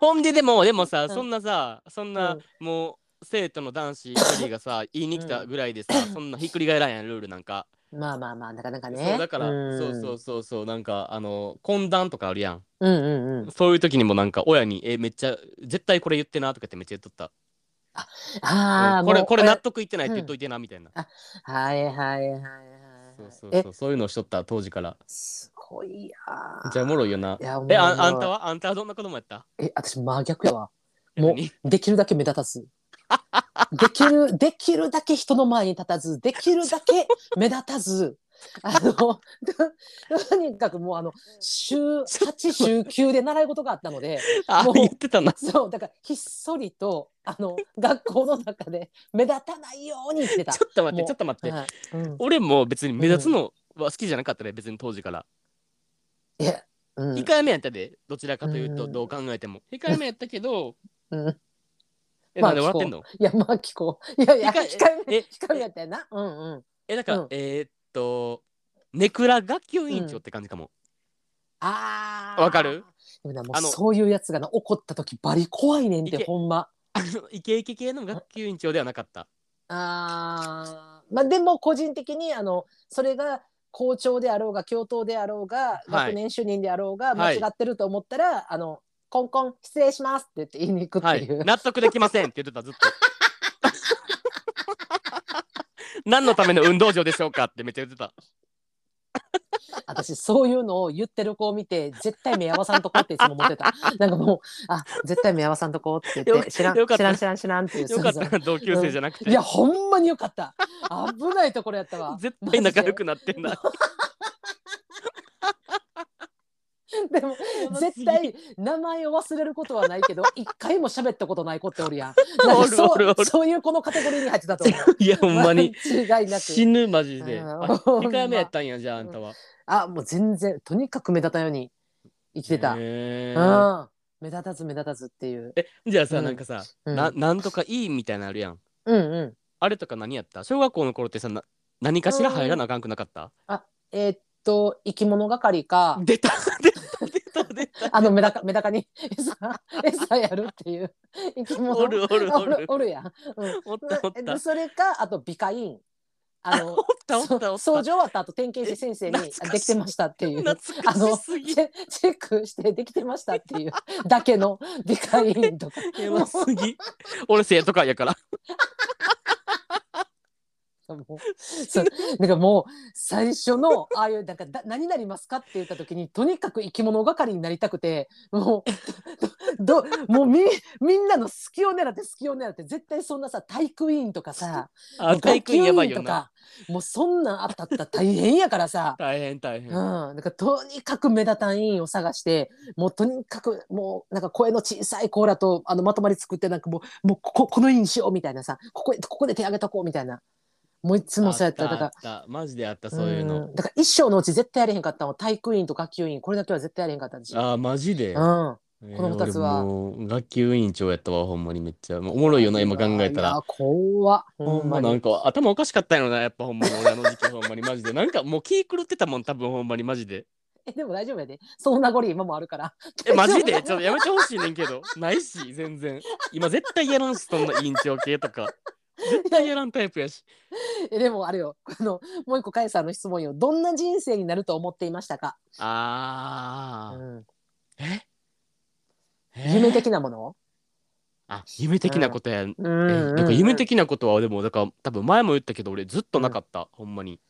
B: ほんででもでもさ、
A: うん
B: そんなさそんな、
A: うん
B: もう生徒の男子一人がさ言いに来たぐらいでさ、そんなひっくり返らんやんルールなんか、
A: まあまあまあなかなかね。
B: そうだから、
A: ん
B: そうそうそうそうなんかあの懇談とかあるやん
A: うんうんうん。
B: そういう時にもなんか親に「えめっちゃ絶対これ言ってな」とかってめっちゃ言っとった「
A: ああ、
B: うんこれ
A: もう
B: これ納得いってないって言っといてな」みたいな、
A: はいはいはいはい
B: そうそ
A: はい。
B: うそ
A: え、
B: うそういうのをしとった当時から
A: すごいやー。
B: じゃあおもろいよない
A: や、
B: え
A: おもろ
B: あ
A: い
B: あんたはあんたはどんな子供やった
A: え、私真逆やわ。もう
B: 何
A: できるだけ目立たず。 *laughs* できる、できるだけ人の前に立たず、できるだ
B: *laughs*
A: け目立たず。あの、 *laughs* ととにかくもうあの、週8、週9で習い事があったので、
B: *laughs* あ
A: もう
B: 言ってたな
A: そう、だからひっそりと、あの、学校の中で目立たないように生きてた
B: *laughs* ち。ょっと待って
A: もう
B: ちょっと待って、
A: はいうん
B: 俺も別に目立つのは好きじゃなかったね別に当時から、
A: いや、うん
B: 控えめやったでどちらかというと
A: うん
B: どう考えても、控えめやったけど
A: うん
B: え
A: まあ
B: なんで笑ってんの
A: いや、まあ聞こう。いやいや、
B: 控
A: 控
B: え
A: えめ、
B: え
A: 控えめやったよな。うんうん。
B: えだから、
A: うん
B: えーっとネクラ学級委員長って感じかも、 *laughs*
A: ああ。
B: わかる
A: でもなも
B: あ
A: う
B: の
A: そういうやつがな怒った時バリ怖いねんっ
B: いけ
A: てほんま。
B: あのイケイケ系の学級委員長ではなかった
A: あーまあでも個人的にあのそれが校長であろうが教頭であろうが
B: い
A: 学年主任であろうが間
B: はい
A: 違ってると思ったら、あのコンコン失礼しますって言って言いに行くっ
B: は
A: て
B: い
A: いう、
B: 納得できませんって言ってたずっと *laughs* 何のための運動場でしょうかってめっちゃ言ってた
A: 私そういうのを言ってる子を見て絶対目合わさんとこっていつも思って
B: *laughs*
A: たなんかもうあ絶対目合わさんとこって言
B: よ
A: っ
B: か
A: て知らん
B: よかっ
A: 知
B: た
A: らん知らん知らんっていう
B: よかっ
A: そう
B: たな同級生じゃなく
A: そう
B: て
A: いやほんまによかった危ないところやったわ
B: 絶対仲良くなってんな
A: でも絶対名前を忘れることはない
B: *laughs*
A: けど一回も喋ったことない子っておるやん。なん
B: お
A: か
B: る
A: そう
B: おるおる
A: そういう子のカテゴリーに入ってたと思う。
B: *laughs* いやほんまに
A: 違いなく。
B: 死ぬマジで
A: うん
B: あ
A: ほんま
B: 2回目やったんやじゃああんたは
A: あもう全然とにかく目立たんように生きてた。
B: へー
A: うん目立たず目立たずっていう。
B: えじゃあさ
A: うん
B: なんかさ
A: うん、
B: ななんとかいいみたいなのあるやん
A: うんうん。
B: あれとか何やった小学校の頃ってさな何かしら入らなあかんくなかった
A: えーっと生き物係か
B: 出た出た出た出た
A: あのメダカメダカに *laughs* 餌餌やるっていう生き物
B: おるおるおる
A: *laughs* おるやん。うん
B: おったおった
A: でそれかあと美化委員あの
B: おったおったおった
A: そう掃除終わった後点検して先生に
B: え懐
A: あ
B: か
A: で
B: しい
A: きてましたっていう
B: 懐かしすぎ
A: チェチェックしてできてましたっていうだけの美化委員とか
B: やばすぎ俺生徒会やから *laughs*
A: もうそうなんかもう最初のああいうなんかだ何になりますかって言った時にとにかく生き物係になりたくてもうどどもうみみんなの隙を狙って隙を狙って絶対そんなさ体育委員とかさ
B: あ体育委員やばいよ
A: 学級委員と
B: な
A: かもうそんなんあったったら大変やからさ
B: 大変大変
A: うん、なんかとにかく目立たん委員を探してもうとにかくもうなんか声の小さい子らとあのまとまり作ってなんかもうもうこここの委員しようみたいなさここここで手挙げとこうみたいなもういつもそうやった
B: あ
A: だから
B: あったマジであったそういうの
A: んだから一生のうち絶対やれへんかったのは体育委員と学級委員これだけは絶対やれへんかったんですよ。
B: あーマジで、
A: うん、
B: えー
A: この二つは
B: 俺もう学級委員長やったわほんまにめっちゃもうおもろいよな今考
A: い
B: えたら
A: や怖っ
B: ほ
A: ほ
B: ん
A: ん
B: ま
A: ま
B: なん
A: に
B: か頭おかしかったんやろなやっぱほんまに俺あの時期ほんまにマジでなんかもう気狂ってたもん多分ほんまにマジで
A: えでも大丈夫やでその名残今もあるから
B: えマジでちょっとやめてほしいねんけどないし全然今絶対やらんしそんな委員長系とか絶対やらんタイプやし
A: えでもあれよあのもう一個かえさんの質問よどんな人生になると思っていましたか、う
B: あー、
A: ん、
B: ええ
A: 夢的なもの、
B: あ夢的なことや、
A: う
B: え
A: ん
B: なんか夢的なことはでもだから多分前も言ったけど俺ずっとなかった、ほんまに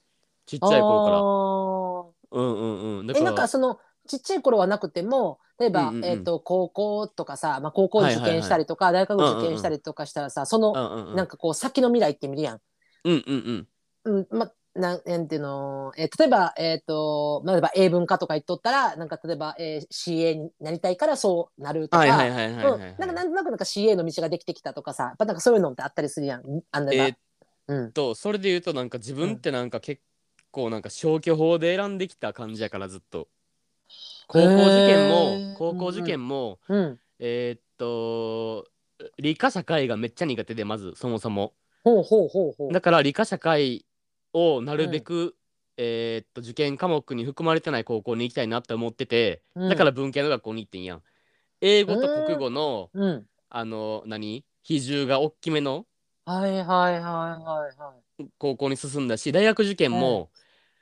B: ちっちゃい頃からうんうんうんだ
A: あー
B: か
A: えな
B: ら
A: んかそのちっちゃい頃はなくても例えば、
B: うんうんうん
A: えっ、と高校とかさ、まあ、高校
B: はいはい
A: 受
B: はい
A: 験したりとか、大学受験したりとかしたらさ、その、
B: うんうんうん
A: なんかこう先の未来って見るやん。
B: うんうんう
A: う
B: ん
A: んまなんなんていうの、えー例えば、えっ、と、例えば英文化とか言っとったら、なんか例えば、えー CA になりたいからそうなるとか、
B: はいはいはいはいはい、
A: うん、なんかなんとなくなんか CA の道ができてきたとかさ、やっぱなんかそういうのってあったりするやん。あんな
B: え
A: んか
B: ーっ
A: うん。
B: とそれで言うとなんか自分ってなんか結構なんか消去法で選んできた感じやからずっと高校受験
A: へ
B: も
A: ー
B: 高校受験も、
A: うん。
B: えーっと理科社会がめっちゃ苦手でまずそもそも
A: ほうほうほうほう。
B: だから理科社会をなるべく、えーっと受験科目に含まれてない高校に行きたいなって思ってて、
A: うん
B: だから文系の学校に行ってんやん英語と国語の、
A: うん。
B: あの何比重が大きめの
A: はいはいはいはいはい。
B: 高校に進んだし大学受験も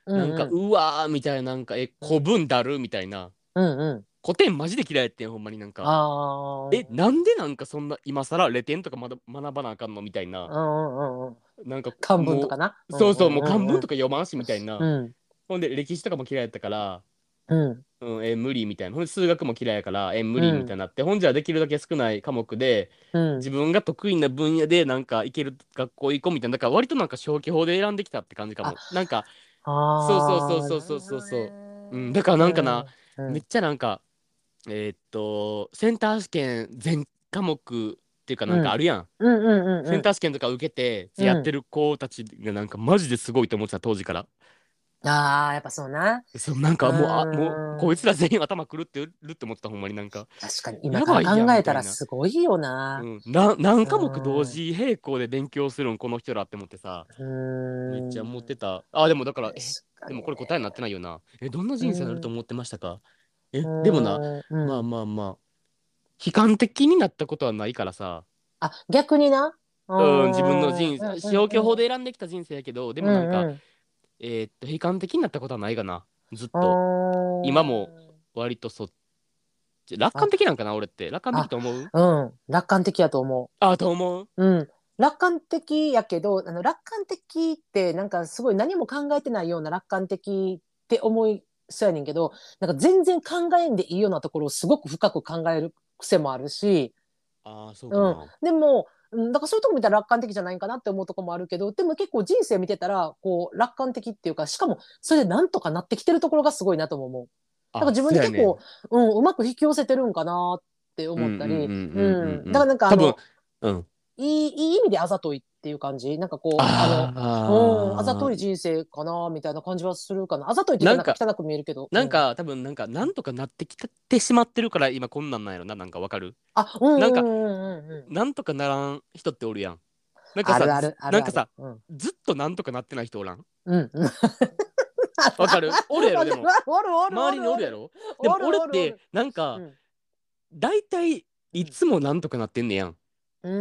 A: う
B: なんか、う
A: うん
B: わーみたいななんかえ古文だるみたいな
A: うんうん。
B: 古典マジで嫌いやってんほんまになんか
A: ああ。
B: えなんでなんかそんな今更レテンとかまだ学ばなあかんのみたいな
A: うんうんうんうん。
B: なんか
A: 漢文とか
B: も
A: な。
B: うそうそうもう漢文
A: か。
B: とか読まんしみたいな、
A: うん。
B: ほんで歴史とかも嫌いやったから、
A: うん。
B: うん、え無理みたいなほんで数学も嫌いやからえ無理みたいになって、ほんじゃできるだけ少ない科目で
A: うん。
B: 自分が得意な分野でなんか行ける学校行こうみたいなだから割となんか消去法で選んできたって感じかもなんか、
A: ああ。
B: そうそうそうそうそ
A: なる
B: うそう
A: ほどね
B: うんだからなんかな。
A: うん
B: めっちゃなんかえーっとセンター試験全科目っていうかなんかあるやん、
A: うんうんうんうん。
B: センター試験とか受けてやってる子たちがなんかマジですごいと思ってた当時から
A: ああ、やっぱそうな。
B: そうなんかもうあ
A: うん
B: もうこいつら全員頭狂ってるって思ってたほんまになんか、
A: 確かに。今
B: や
A: か
B: ばいや
A: ら
B: ん
A: 考えた
B: みたいな
A: らすごいよな。
B: うん、な何科目同時並行で勉強するんこの人らって思ってさ
A: うーん。
B: めっちゃ思ってたあでもだからえ
A: ら
B: でもこれ答えになってないよなえどんな人生になると思ってましたかえ
A: うん
B: でもな、
A: うん
B: まあまあまあ悲観的になったことはないからさ
A: あ逆にな。
B: うん、自分の人
A: うんうんうん
B: 生、消去法で選んできた人生やけど、でもなんか、
A: うう
B: えーっと、悲観的になったことはないかな、ずっ
A: あ
B: と。
A: ー
B: 今も割とそっち、楽観的なんかな、俺って。楽観的と思う
A: うん楽観的やと思
B: あと思う。
A: う。うん楽観的やけどあの楽観的ってなんかすごい何も考えてないような楽観的って思いそうやねんけどなんか全然考えんでいいようなところをすごく深く考える癖もあるし
B: ああ、そうかな。
A: でもうんだからそういうとこ見たら楽観的じゃないんかなって思うとこもあるけどでも結構人生見てたらこう楽観的っていうかしかもそれでなんとかなってきてるところがすごいなとも思う。だ
B: あ
A: から自分で結構、
B: そう
A: うん、うまく引き寄せてるんかなって思ったり、
B: う
A: うんん
B: うんうんうんうんう
A: だ
B: ん
A: からなんかあ
B: やね多分
A: の、
B: うん。
A: いい、いい意味であざといっていう感じ、なんかこう、あの、
B: あ
A: うん、
B: あ
A: あざとい
B: い。
A: 人生かなみたいな感じはするかな。あざといっていうかな
B: な
A: んん
B: か
A: か汚く見えるけど。
B: なん
A: う、
B: か、多分なんか、なんとかなってきてしまってるから、今こんなんなんやろな、なんかわかる
A: あ、うん、
B: なんか
A: うんうんうんうん、
B: なんとかならん人っておるやん。なんか
A: あ
B: さ、
A: るあるあるある。
B: なんかさ、
A: うん、
B: ずっとなんとかなってない人おらん
A: うん。うん
B: *laughs* わ
A: *laughs*
B: かるおるやろでも
A: わかるおるおる
B: 周りにおるや
A: ろ。
B: ろでも俺ってなん
A: う
B: か
A: ん
B: 大体いつもなんとかなってんねやん、
A: うんうん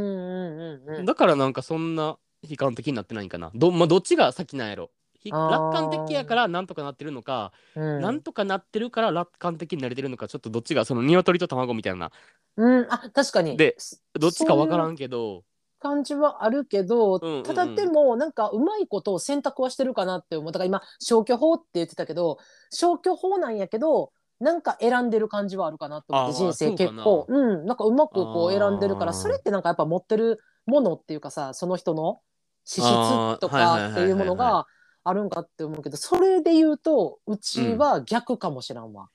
A: うんうん。
B: だからなんかそんな悲観的になってないんかなど,、まあ、どっちが先なんやろひ
A: あー
B: 楽観的やからなんとかなってるのか、
A: うん
B: なんとかなってるから楽観的になれてるのかちょっとどっちがその鶏と卵みたいな
A: うん、あ、確かに。
B: でどっちかわからんけど
A: 感じはあるけど、
B: うんうんうん
A: ただでもなんかうまいことを選択はしてるかなって思うだから今消去法って言ってたけど消去法なんやけどなんか選んでる感じはあるかなと思って
B: あー
A: 人生結
B: そう
A: 構
B: か
A: う、ん、なんかうまくこう
B: あー
A: 選んでるからそれってなんかやっぱ持ってるものっていうかさその人の資質と
B: あーはいはいはい
A: かって
B: はいはい
A: いうものがあるんかって思うけどそれで言うとうちは逆かもしらんわ。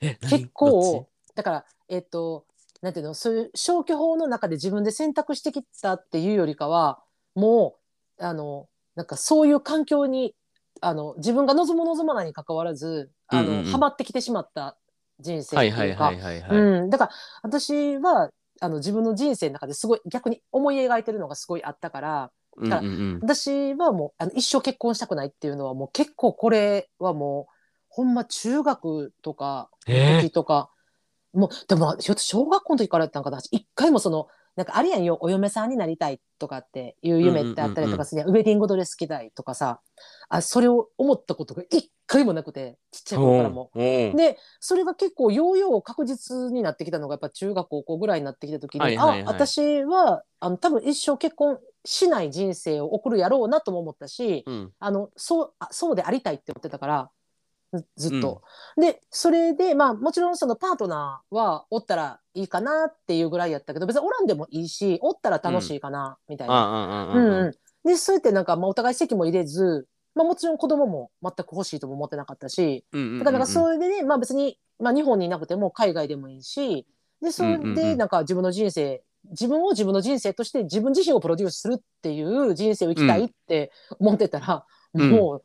B: え何
A: 結
B: どっ
A: 構だからえっとなんていうのそういう消去法の中で自分で選択してきたっていうよりかはもうあのなんかそういう環境にあの自分が望む望まないに関わらずあの、
B: うんうんうん
A: ハマってきてしまった人
B: ち
A: 生っ
B: は
A: て
B: い
A: いうか、
B: はいはいはいはい、
A: うん、だから私はあの自分の人生の中ですごい逆に思い描いてるのがすごいあったから
B: うんうんうん
A: 私はもうあの一生結婚したくないっていうのはもう結構これはもうほんま中学とか
B: えー
A: 時とか、もうでもひょっと小学校の時からやったんかな一回もそのなんかあるやんよお嫁さんになりたいとかっていう夢ってあったりとかするやん,、ウェディングドレス着たいとかさあそれを思ったことが一回もなくてちっちゃい頃からも。
B: おうおう
A: でそれが結構ようよう確実になってきたのがやっぱ中学高校ぐらいになってきた時に、
B: はいはいはい
A: あ私はあの多分一生結婚しない人生を送るやろうなとも思ったし、
B: うん
A: あのそうあそうでありたいって思ってたからずずっと。でそれでまあもちろんそのパートナーはおったらいいかなっていうぐらいやったけど別におらんでもいいしおったら楽しいかなみたい
B: あ
A: な。
B: あああ
A: うん
B: ああ
A: うんでそうやってなんか、まあ、お互い席も入れずまあ、もちろん子供も全く欲しいとも思ってなかったし、
B: うんうんうんうん
A: だからなんかそれでね、まあ別に、まあ日本にいなくても海外でもいいし、で、それ
B: うんうんう
A: で
B: ん
A: なんか自分の人生、自分を自分の人生として自分自身をプロデュースするっていう人生を生きたいって思ってたら、
B: うん
A: もう、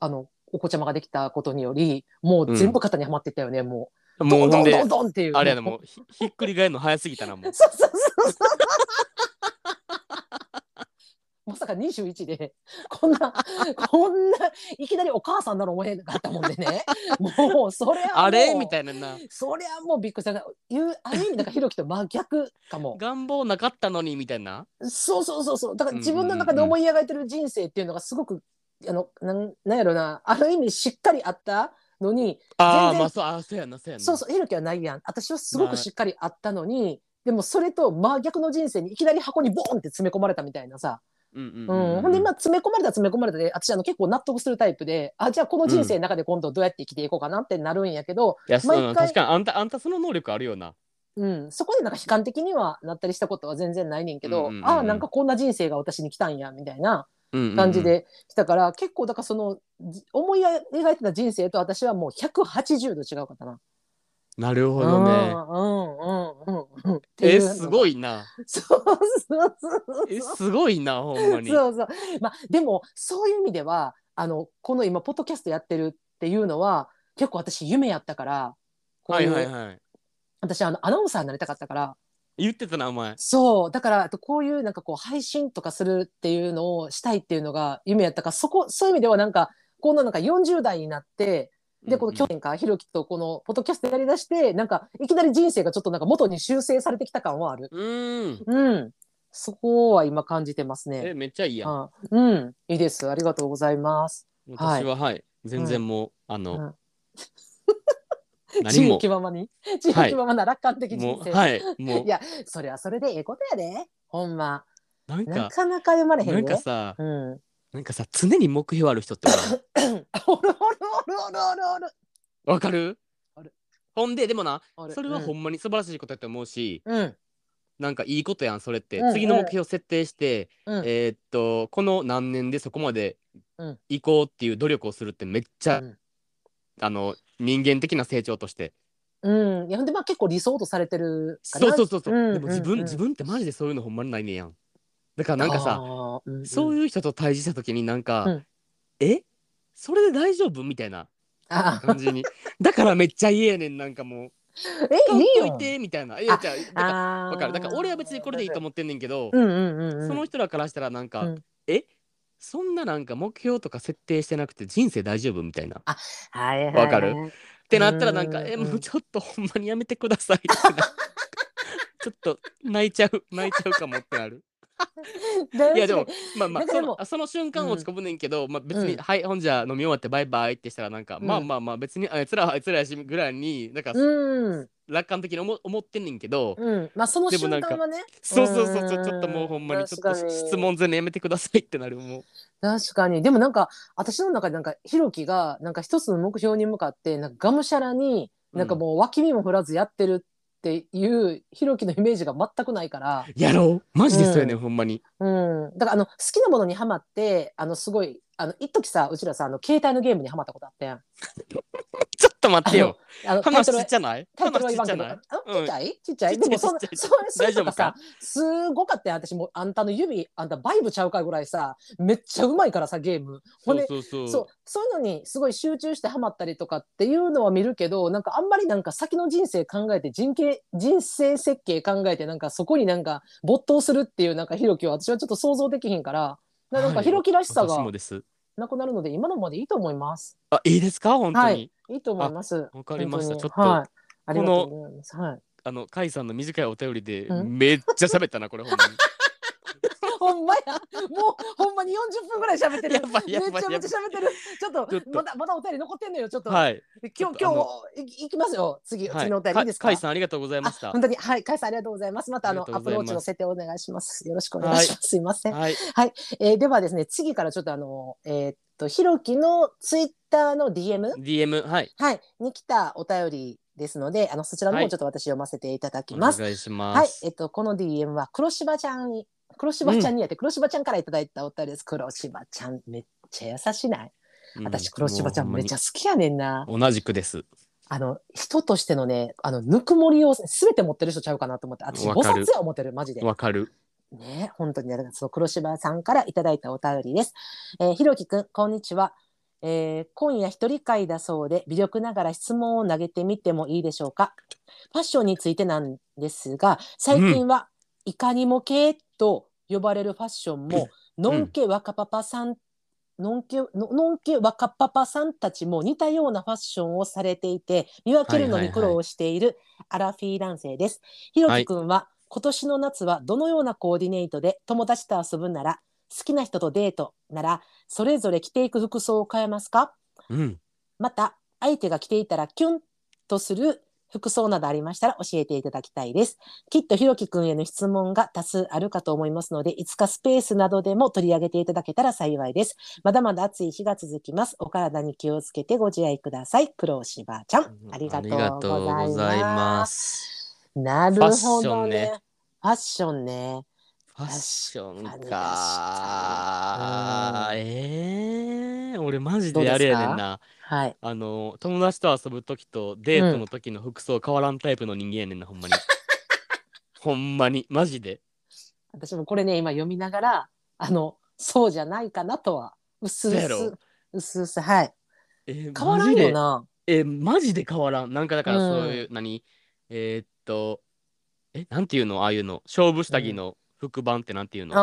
A: あの、お子ちゃまができたことにより、もう全部肩にはまってったよね、もう。
B: も
A: どど
B: うんほん
A: んど
B: で
A: んどんっていう。
B: あれやなもうひひっくり返るの早すぎたなもう
A: そうそうそうそう。 *laughs* まさか21でこんなこんないきなりお母さんなの思えなかったもんで
B: *laughs*
A: ねもうそれはもう
B: あれみたいなな
A: そりゃもうびっくりした言う *laughs* ある意味なんかひろきと真逆かも
B: 願望なかったのにみたいな
A: そうそうそうそうだから
B: うんうんうん
A: 自分の中で思い描いてる人生っていうのがすごくあのなんなんやろなある意味しっかりあったのに全
B: あー
A: 然
B: まあそうあーそうやなそうやな
A: そうそう、ひろきはないやん。私はすごくしっかりあったのに、でもそれと真逆の人生にいきなり箱にボーンって詰め込まれたみたいなさ。
B: うんうん
A: う。
B: うんん
A: ほんで、まあ、詰め込まれた詰め込まれたで、私あの結構納得するタイプで、あ、じゃあこの人生の中で今度どうやって生きていこうかなってなるんやけど、
B: いやそうやな
A: 毎回
B: 確かにあんたあんたその能力あるよな
A: うん。そこでなんか悲観的にはなったりしたことは全然ないねんけど、
B: うんうんうん
A: ああ、なんかこんな人生が私に来たんや、みたいな
B: 感
A: 感じで来たから、結構だからその、じ思い描いてた人生と私はもう180度違うかったな。
B: なるほどね
A: うんうんうんうんうんってい
B: え
A: うのが。
B: すごいな
A: *laughs* そうそうそうそう。
B: えすごいなほんまに
A: そうそう。まあでもそういう意味ではあのこの今ポッドキャストやってるっていうのは結構私夢やったから、こう
B: はいいうはいはい
A: 私あのアナウンサーになりたかったから、
B: 言ってたなお前
A: そうだからあとこういうなんかこう配信とかするっていうのをしたいっていうのが夢やったから、そこそういう意味ではなんかこのなんか40代になって。でこの去年かひろきとこのポッドキャストやりだしてなんかいきなり人生がちょっとなんか元に修正されてきた感はある。
B: うんうん
A: うん。そこは今感じてます
B: え
A: ね。
B: めっちゃいいやん
A: あうん。いいです。ありがとうございます。
B: 私ははい全然もうあ
A: う
B: の
A: ん自
B: *laughs* 何
A: 由
B: も
A: 気ままに。自由気ままな楽観的人
B: もう
A: 生。
B: はい
A: い、
B: もう
A: や、それはそれでええことやで。ほんま。
B: なん
A: な
B: か
A: かなか読まれへん
B: な
A: よ。
B: んかさ
A: うん。おる
B: なんかさ常に目標ある人 *laughs* っておらん
A: *laughs* おるおるおるおるおる
B: わかる
A: ある
B: ほんででもな
A: おる。
B: それはほ
A: ま。
B: んまに素晴らしいことやと思うし、
A: うん。
B: なんかいいことやんそれって、
A: うん
B: 次の目標設定して、
A: うん。
B: えーっとこの何年でそこまで
A: うん
B: 行こうっていう努力をするってめっちゃ、
A: うん
B: あの人間的な成長として
A: うん。いや、ほんで、まあ結構理想とされてるかな。
B: そうそうそうそう、
A: うん
B: でも自分、
A: うんうん
B: 自分ってマジでそういうのほんまにないねんやんだからなんかさ、
A: さ、
B: そう
A: い
B: いう人と対峙した時になんか、
A: うん
B: えそれで大丈夫みたいな
A: あ
B: 感
A: *laughs*
B: じにだからめっちゃ嫌やねんなんかもう
A: ー、
B: 「
A: え、いい
B: とい
A: よ。
B: て」みたいな「いやじゃあなんか
A: あ
B: わかる。だから俺は別にこれでいいと
A: 思
B: 思ってんねんけど、
A: うんうんうんうん。
B: その人らからしたらなんか、
A: うん
B: えそんななんか目標とか設定してなくて人生大丈夫みたいな。っ
A: はいはいはい
B: わかるてなったらなんか、
A: うん
B: え、
A: うん
B: もうちょっとほんまにやめてくださいってな *laughs* ちょっと泣いちゃう、泣いちゃうかもってある。いやでも、まあま
A: な
B: あ
A: んか
B: そ
A: で
B: の
A: も、
B: その瞬間落ち込むねんけど、まあ別に、
A: うん
B: はい、ほんじゃ飲み終わってバイバイってしたらなんか、
A: うん
B: まあまあまあ別にあいつらはあいつらやしぐらいに、なんか
A: うん、
B: 楽観的に思思ってんねんけど、
A: うん、まあその
B: でも
A: 瞬
B: なんか
A: 間はね
B: そうそうそうそうう、
A: ん
B: ちょっともうほんまにちょっと
A: 確かに
B: 質問全然やめてくださいってなるもう。
A: 確かにでもなんか私の中でなんかひろきがなんか一つの目標に向かってなんかがむしゃらになんかもう脇見も振らずやってるっていうひろきのイメージが全くないから、
B: やろうマジでそうやね、、
A: うん
B: ほんまに。
A: うん、だからあの好きなものにはまってあのすごいあの一時さうちらさあの携帯のゲームにはまったことあったやん。
B: ちょっと待ってよ。
A: あの
B: 話ちっちゃない
A: タイトル
B: 話
A: は
B: ち
A: 言わ
B: っ
A: ん
B: ち
A: け
B: ゃ
A: ど、
B: な
A: あ
B: い
A: ちっちゃいちっちゃいで
B: ちっちゃい
A: もそんな
B: ちっちゃい
A: それそれとか
B: 大丈夫か
A: さすごかったよ私もうあんたの指あんたバイブちゃうかぐらいさめっちゃうまいからさゲームほんで
B: そうそう
A: そうそういうのにすごい集中してハマったりとかっていうのは見るけどなんかあんまりなんか先の人生考えて人形人生設計考えてなんかそこになんか没頭するっていうなんかひろきは私はちょっと想像できひんからななん
B: は
A: か
B: い
A: ひろきらしさ
B: 私
A: が
B: もです。
A: なくなるので今のままでいいと思います。
B: あ、いいですか本当に。
A: はいいいと思います。わ
B: わかりましたちょっと
A: はい、ありがとうございます。はい
B: あの、カイさんの短いお便りで、
A: うん
B: めっちゃ喋ったな、
A: *laughs*
B: これほんまに。
A: ほんまや。もうほんまに40分ぐらい喋ってる。
B: やばいやばい
A: めちゃめちゃ喋ってる。ちょっと
B: ちょっと
A: まだまだお便り残ってんのよ。ちょっと、
B: はい。
A: 今日
B: ちょ
A: 今
B: っと
A: 日いいきますよ。次、
B: は
A: 次のお便りいいですか。
B: カイさんありがとうございまし
A: あ
B: た。
A: 本当にはい、カイさんありがとうございます。またあの
B: ありが
A: アプ
B: とうござ
A: ロー
B: います
A: チの設定お願いします。よろしくお願いします。すいません。
B: はい。
A: はい、えーではですね、次からちょっとあのえーっとひろきのツイッターの DM
B: DM、はい。
A: はいに来たお便りですので、あのそちらの
B: は
A: 方
B: い
A: ちょっと私読ませていただき
B: お
A: ます。
B: 願いし
A: は
B: ま
A: い、
B: す。
A: えっと、この DM は黒柴ちゃんに、黒柴ちゃんにやって、黒柴ちゃんからいただいたお便りです。黒柴ちゃん、めっちゃ優しない
B: うん
A: 私黒柴ちゃん
B: もう
A: めっちゃ好きやねんな
B: ほんまに同じくです。
A: あの人としてのねあのぬくもりを全て持ってる人ちゃうかなと思って私
B: わ
A: 菩
B: かる
A: 薩や思ってるマジで
B: わかる。
A: ね本当にあれだその黒柴さんからいただいたお便りです。えーひろきくんこんにちは。えー今夜一人会だそうで微力ながら質問を投げてみてもいいでしょうか。ファッションについてなんですが最近はいかにも系と呼ばれるファッションも、のんけ若パパさんのんけののんけ若パパさんたちも似たようなファッションをされていて見分けるのに苦労をしているアラフィー男性です。ひろきくんは、今年の夏はどのようなコーディネートで友達と遊ぶなら好きな人とデートならそれぞれ着ていく服装を変えますか
B: うん。
A: また相手が着ていたらキュンとする服装などありましたら教えていただきたいです。きっとひろきくんへの質問が多数あるかと思いますので、いつかスペースなどでも取り上げていただけたら幸いです。まだまだ暑い日が続きます。お体に気をつけてご自愛ください。黒しばちゃん、ありがとうございます。
B: す。
A: なるほ
B: ファッショ
A: どね
B: ンね。
A: ファッションね。
B: ファッショ
A: 確かに確
B: ンか
A: か。に
B: ええー、俺マジ
A: どうで
B: です
A: か
B: あれやねんな。
A: はい。
B: あの、友達と遊ぶ時とデー
A: う
B: ト
A: ん
B: の時の服装変わらんタイプの人間やねんな、
A: *laughs*
B: ほんまに。ほんまに、マジで。
A: 私もこれね、今読みながら、あの、そうじゃないかなとは、うすう
B: そうやろ
A: す、うすうす、はい。
B: えー
A: 変わらんよ。な。
B: マジでえーマジで変わらん。なんかだから
A: うん
B: そういう、何えーっと、え、なんていうのああいうの。勝負下着の服版ってなんていう
A: あ
B: の、
A: の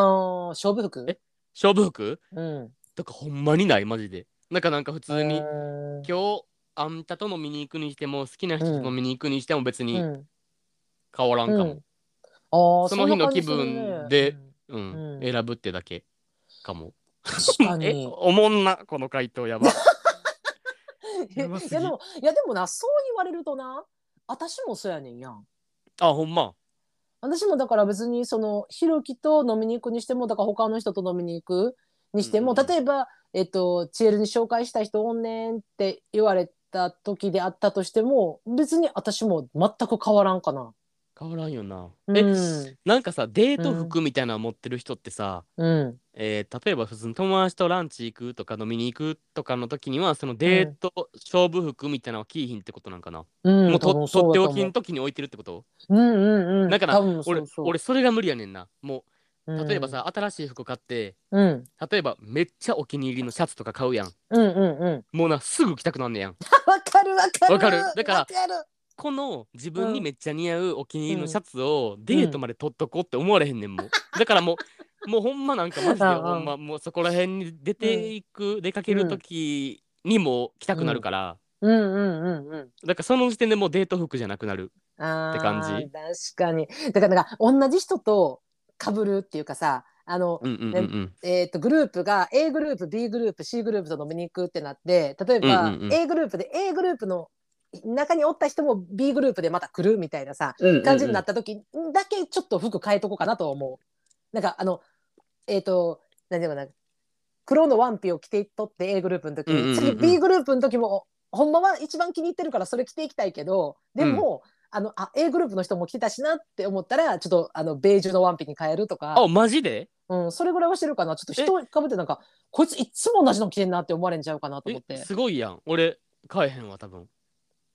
A: ー、勝負服
B: え勝負服
A: うん。
B: とかほんまにない、マジで。なんかなんか普通に。
A: う
B: 今日あんたと飲みに行くにしても好きな人
A: うん
B: と飲みに行くにしても別
A: ーん
B: に
A: うん
B: 変わらんか
A: う
B: も
A: ん、ああ、
B: その日の
A: んな感じするね
B: 気分で
A: うん
B: うん
A: うん
B: 選ぶってだけかも
A: *laughs* 確か
B: *laughs* え
A: に。
B: おもんなこの回答やば
A: いや
B: やばすぎ
A: でも、いやでもな、そう言われるとな、私もそうやねんやん。
B: *laughs* あほんま
A: 私もだから別にそのひろきと飲みに行くにしてもだから他の人と飲みに行くにしても、
B: うんうん
A: 例えば、えっと、チエルに紹介した人おんねんって言われた時であったとしても別に私も全く変わらんかな。
B: 変わらんよな、
A: うん、
B: えなんかさデート服みたいなの持ってる人ってさ、
A: うん
B: えー例えば普通に友達とランチ行くとか飲みに行くとかの時にはそのデート勝負服みたいなのは着いひんってことなんかな、
A: うん、
B: もうと
A: 多分
B: と
A: そ
B: っ
A: う
B: て
A: やと
B: お
A: 思
B: きの時に置いてるってこと
A: ううんうんうん
B: だから
A: 多分そ
B: 俺
A: うそう
B: 俺それが無理やねんなも
A: う
B: うん例えばさ、新しい服買って
A: うん
B: 例えばめっちゃお気に入りのシャツとか買うやん
A: うんうんうん
B: もうなすぐ着たくなんねやん
A: わかるわかる
B: わかるだから
A: わかる
B: この自分にめっちゃ似合うお気に入りのシャツをデ
A: ん
B: ートまで取っとこうって思われへんねん
A: *laughs*
B: もうだからもうもうほんまなんかマジで
A: うんうん
B: ほんまもうそこら辺に出ていく出かける時にも着たくなるから
A: うんうんうんうん
B: だからその時点でもうデート服じゃなくなる
A: あ
B: って感じ
A: ー確かにだからなんか同じ人と被るっていうかさあの、
B: うんうんうんうん
A: えー、とグループが A グループ B グループ C グループと飲みに行くってなって例えば、
B: うんうんうん
A: A グループで A グループの中におった人も B グループでまた来るみたいなさ感じになった時だけちょっと服変えとこうかなとは思う。なんかあのえっ、と何て言うかな黒のワンピを着ていっとって A グループの時、
B: うんうんうんうん
A: 次 B グループの時もほんまは一番気に入ってるからそれ着ていきたいけどでも、あのあ A グループの人も着てたしなって思ったらちょっとあのベージュのワンピに変えるとか。
B: あマジで
A: うん、それぐらいはしてるかな。ちょっと人かぶってなんか、こいついっつも同じの着てんなって思われんちゃうかなと思っ
B: え
A: て。
B: すごいやん俺買えへんわ多分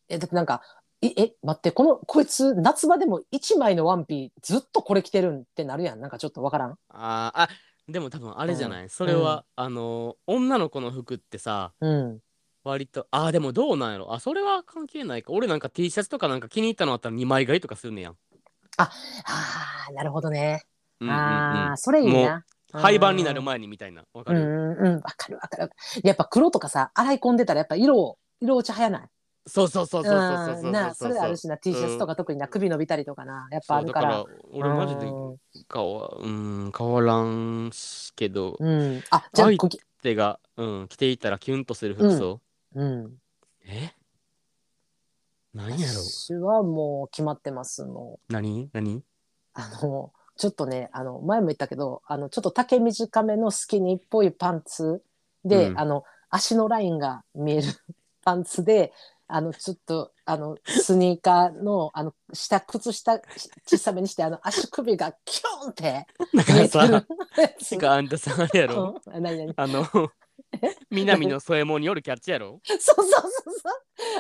A: え、だってなんか、いえ、待って、この、こいつ夏場でも1枚のワンピずっとこれ着てるんってなるやん。なんかちょっとわからん。
B: あーあでも多分あれじゃない、それは、あのー女の子の服ってさ
A: うん。
B: 割とあーでもどうなんやろあそれは関係ないか俺なんか T シャツとかなんか気に入ったのあったら2枚買いとかするねやん,、
A: ああ、なるほどね。
B: うんうんうん
A: ああ、それいいな。
B: 廃盤になる前にみたいなわか
A: うん
B: る、
A: うんうん、わかるわかる。やっぱ黒とかさ、洗い込んでたらやっぱ色、色落ち早ない。
B: そうそうそうそうそうそうそ
A: ん
B: う
A: な、それあるしな、T シャツと
B: か
A: か特にな、首伸びたりとかな、やっぱあ
B: そう
A: るか。
B: だからら俺マジで
A: うん
B: 変わうん変わらんしけど
A: うん。あ、じゃあ、
B: はい
A: こき
B: 手が、うん、着ていたらキュンとする服装、
A: うん。
B: え何やろ
A: 私はもう決まってますもう
B: 何
A: *laughs*
B: 何
A: あのちょっとねあの前も言ったけどあのちょっと丈短めのスキニーっぽいパンツで、
B: うん
A: あの足のラインが見える *laughs* パンツであのちょっとあのスニーカーのあの下靴下小さめにしてあの足首がキ
B: *laughs*
A: ュンって
B: だか
A: 見えて
B: ら
A: る
B: さ
A: やつ
B: てかあんたさあれやろ
A: うん何何 *laughs*
B: あの南の添え物によるキャッチやろ
A: そうそうそうそう。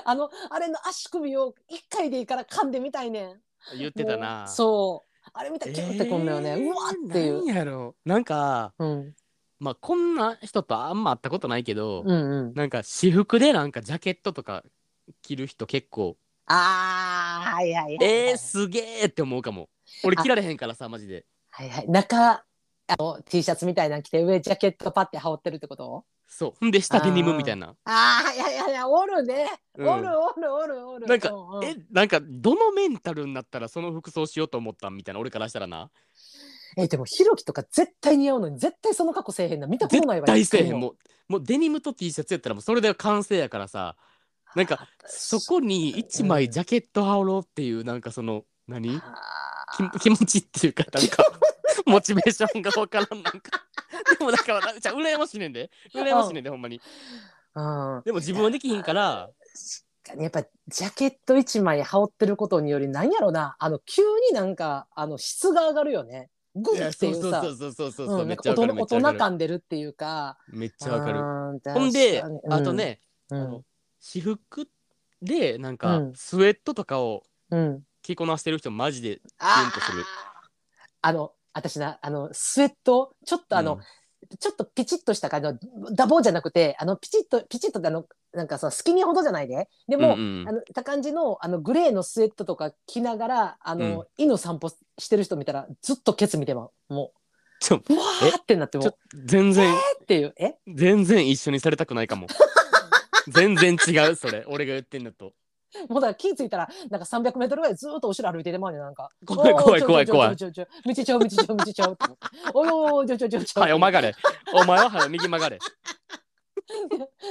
A: あの、あれの足首を一回でいいから噛んでみたいねん。
B: 言ってたな
A: もうそう。あれ見たらキュンってこんのよね。
B: えー
A: うわっていう。
B: なんやろなんか
A: うん。
B: まあこんな人とあんま会ったことないけど、
A: うんうん。
B: なんか私服でなんかジャケットとか着る人結構
A: ああ、はいはいはい、はい。
B: えー、すげーって思うかも俺着られへんからさマジで
A: はいはい。中、あの、T シャツみたいなの着て、上ジャケットパッて羽織ってるってこと
B: そうほんで下デニムみたいな
A: ああ、はいはいはいはい。おるね。
B: うん
A: おるおるおるおる。
B: なんか
A: うう
B: えなんかどのメンタルになったらその服装しようと思ったんみたいな俺からしたらな
A: えでもひろきとか絶対似合うのに絶対その過去せえへんな見たことないわ
B: 大せえへん
A: も
B: もうもうデニムと T シャツやったらもうそれで完成やからさなんかそこに1枚ジャケット羽織ろうっていうなんかその何
A: あ
B: き気持ちっていうかなんかモチベーションがわからんなんか *laughs* でもだからなじゃあ羨ましいねんで羨ましいねんでほんまに
A: ーうん
B: でも自分はできひんから
A: 確かにやっぱジャケット一枚羽織ってることによりなんやろなあの急になんかあの質が上がるよねグ
B: い
A: ン
B: や
A: って
B: そ
A: いうう
B: そう
A: さ
B: そうそうそうそう
A: うんな
B: め
A: ん
B: っち
A: か
B: ゃ
A: 大人
B: わかるめ
A: 大
B: っちゃわ
A: 人
B: かる
A: 感出るっていうか
B: めっちゃわかる
A: る
B: ほんであとねあの私服でなんか
A: うん
B: スウェットとかを
A: うん
B: 着こなしてる人マジで
A: あ
B: とする
A: あの私なあのスウェットちょっとあの、ちょっとピチッとした感じのダボじゃなくてあのピチッとピチッとってあのなんかさスキニーほどじゃないでで
B: うん
A: も、
B: うん
A: あのた感じのあのグレーのスウェットとか着ながらあの、
B: う
A: 犬散歩してる人見たらずっとケツ見てまうも
B: ちょ
A: ううわーってなっても
B: ちょ
A: う
B: 全然
A: っていうえ
B: 全然一緒にされたくないかも全然違うそれ俺が言ってんのと
A: *laughs* もうだから気付いたらなんか3 0 0ルぐらいずーっと後ろ歩いててまうねんなんか
B: 怖い
A: おー
B: 怖い怖い
A: ちょちょ
B: 怖い
A: ちょちょちょ道ちゃう道ちゃう道ちゃうって思っておいおいちょちょちょちょ
B: はいお曲がれお前ははい右曲がれ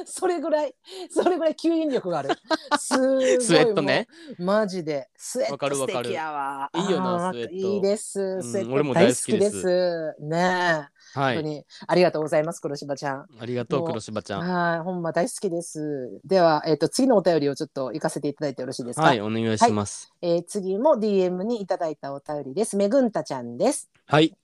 A: それぐらい、それぐらい吸引力がある。すーごい
B: スウェットね。
A: もうマジで。スウェッ
B: わか
A: ト
B: るわ
A: 素
B: かる
A: 敵やわ。
B: いいよな
A: あー
B: スウェット
A: いいです。
B: ん
A: スウェット、
B: 俺も大好きです
A: すね
B: は
A: え、本当
B: い
A: にありがとうございます、黒柴ちゃん。
B: ありがとう黒柴ちゃん
A: はい、ほんま大好きです。では、えっ、と、次のお便りをちょっと行かせていただいてよろしいですか。
B: はいお願いします
A: えー次も DM にいただいたお便りです。めぐんたちゃんです。
B: はい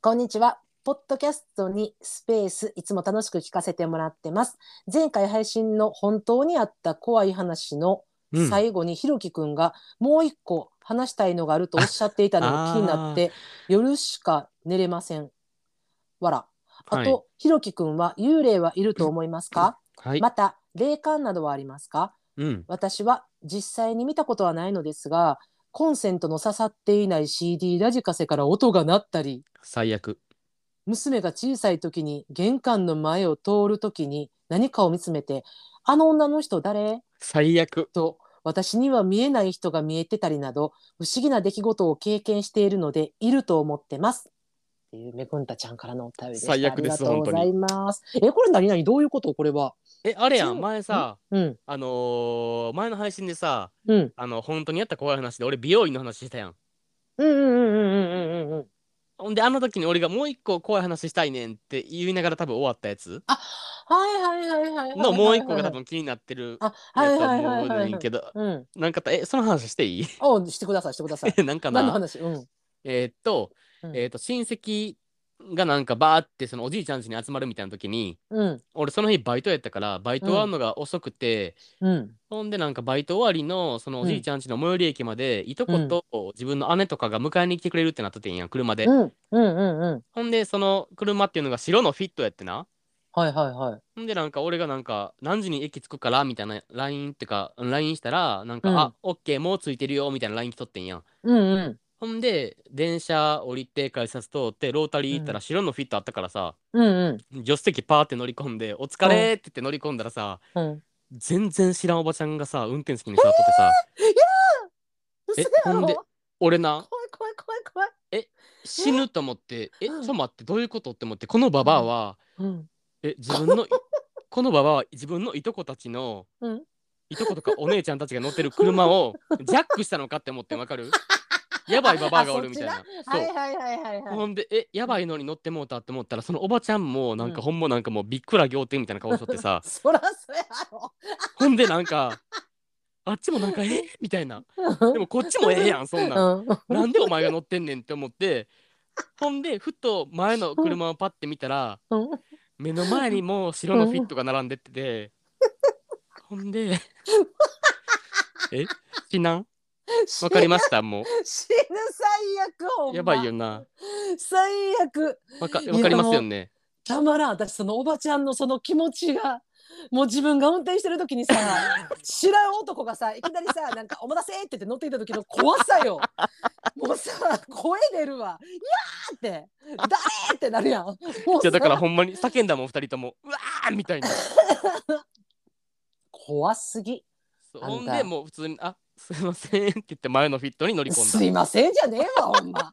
A: こんにちは。ポッドキャストにスペース、いつも楽しく聞かせてもらってます。前回配信の本当にあった怖い話の
B: うん
A: 最後に、ひろきくんがもう一個話したいのがあるとおっしゃっていたのが気になって、夜しか寝れません。わら。あ
B: はい
A: と、ひろきくんは幽霊はいると思いますか、
B: はい
A: また、霊感などはありますか
B: うん
A: 私は実際に見たことはないのですが、コンセントの刺さっていない CD ラジカセから音が鳴ったり、
B: 最悪
A: 娘が小さい時に玄関の前を通る時に何かを見つめて「あの女の人誰?
B: 最悪」
A: と私には見えない人が見えてたりなど不思議な出来事を経験しているのでいると思ってます。っていうめぐんたちゃんからのお便りでした。
B: 最悪です
A: ありがとうございます。えこれ何々どういうことこれは。
B: えあれや
A: そうん
B: 前さ
A: うん
B: あのー前の配信でさ
A: うん
B: あの本当にやった怖い話で俺美容院の話したやん
A: うんうんうんうんうんうんうん。
B: ほんであの時に俺がもう一個怖い話したいねんって言いながら多分終わったやつ
A: はいはいはいはいはい。
B: のもう一個が多。分気になってる
A: *laughs* あはい
B: やと
A: はいはい
B: 思う
A: は
B: ね
A: い
B: ん
A: はい。
B: けど
A: うん。
B: なんかたえその話していい *laughs*
A: おしてくださいしてください。
B: なん *laughs* か
A: 何の
B: な
A: 話？うん。
B: えーっと
A: うん
B: えーっと親戚がなんかバーってそのおじいちゃん家に集まるみたいな時に
A: うん
B: 俺その日バイトやったからバイト終わるのが遅くて、
A: うん。
B: ほんでなんかバイト終わりのそのおじいちゃん家の最寄り駅まで、いとこと自分の姉とかが迎えに来てくれるってなっててんや車で、
A: うんうんうんうん。
B: ほんでその車っていうのが白のフィットやってな
A: はいはいはい。
B: ほんでなんか俺がなんか何時に駅着くからみたいな LINE ってか LINE したらなんか、
A: うん
B: あオッケーもう着いてるよみたいな LINE 来とってんやん
A: うんうん。
B: ほんで電車降りて改札通ってロータリー行ったら白のフィットあったからさ、
A: うんうん。
B: 助手席パーって乗り込んで「お疲れ」って言って乗り込んだらさ、
A: うん。
B: 全然知らんおばちゃんがさ運転席に座っとってさ、
A: 嘘
B: え
A: やろ
B: ほんで俺な
A: 怖い怖い怖い怖い。
B: 死ぬと思って「えち
A: うん
B: ょっと待ってどういうこと?」って思ってこのババアは
A: うん。
B: え自
A: *laughs*
B: 分のこのババアは自分のいとこたちの
A: うん
B: いとことかお姉ちゃんたちが乗ってる車をジャックしたのかって思ってわかるやばいババアがおるみたいな。
A: は
B: そ
A: いうはいはいはいは
B: ほ
A: い。
B: んでえやばいのに乗ってもうたって思ったらそのおばちゃんもなんかほんまなんかもうびっくら仰天みたいな顔しとってさ
A: そらそやろ。
B: ほんでなんかあっちもなんかえみたいなでもこっちもええやんそんなん
A: うん。
B: なんでお前が乗ってんねんって思ってほんでふと前の車をパッて見たら目の前にもう白のフィットが並んでってて、ほ
A: *laughs*
B: んでえ死なんわかりましたも
A: 死ぬ最悪ほん
B: う
A: ま
B: やばいよな
A: 最悪
B: わかわかりますよね
A: たまらん私そのおばちゃんのその気持ちがもう自分が運転してる時に
B: *laughs*
A: さ知らん男がさいきなりさなんか「お待たせ!」って言って乗ってきた時の怖さよもうさ声出るわ「いやー!」って「誰?」ってなるやんもう
B: じ
A: さ
B: ゃだからほんまに叫んだもん二人ともうわーみたいな
A: 怖すぎ
B: そう
A: あんた
B: ほんでもう普通に「あすいません」って言って前のフィットに乗り込んだ
A: すいませんじゃねえわほんま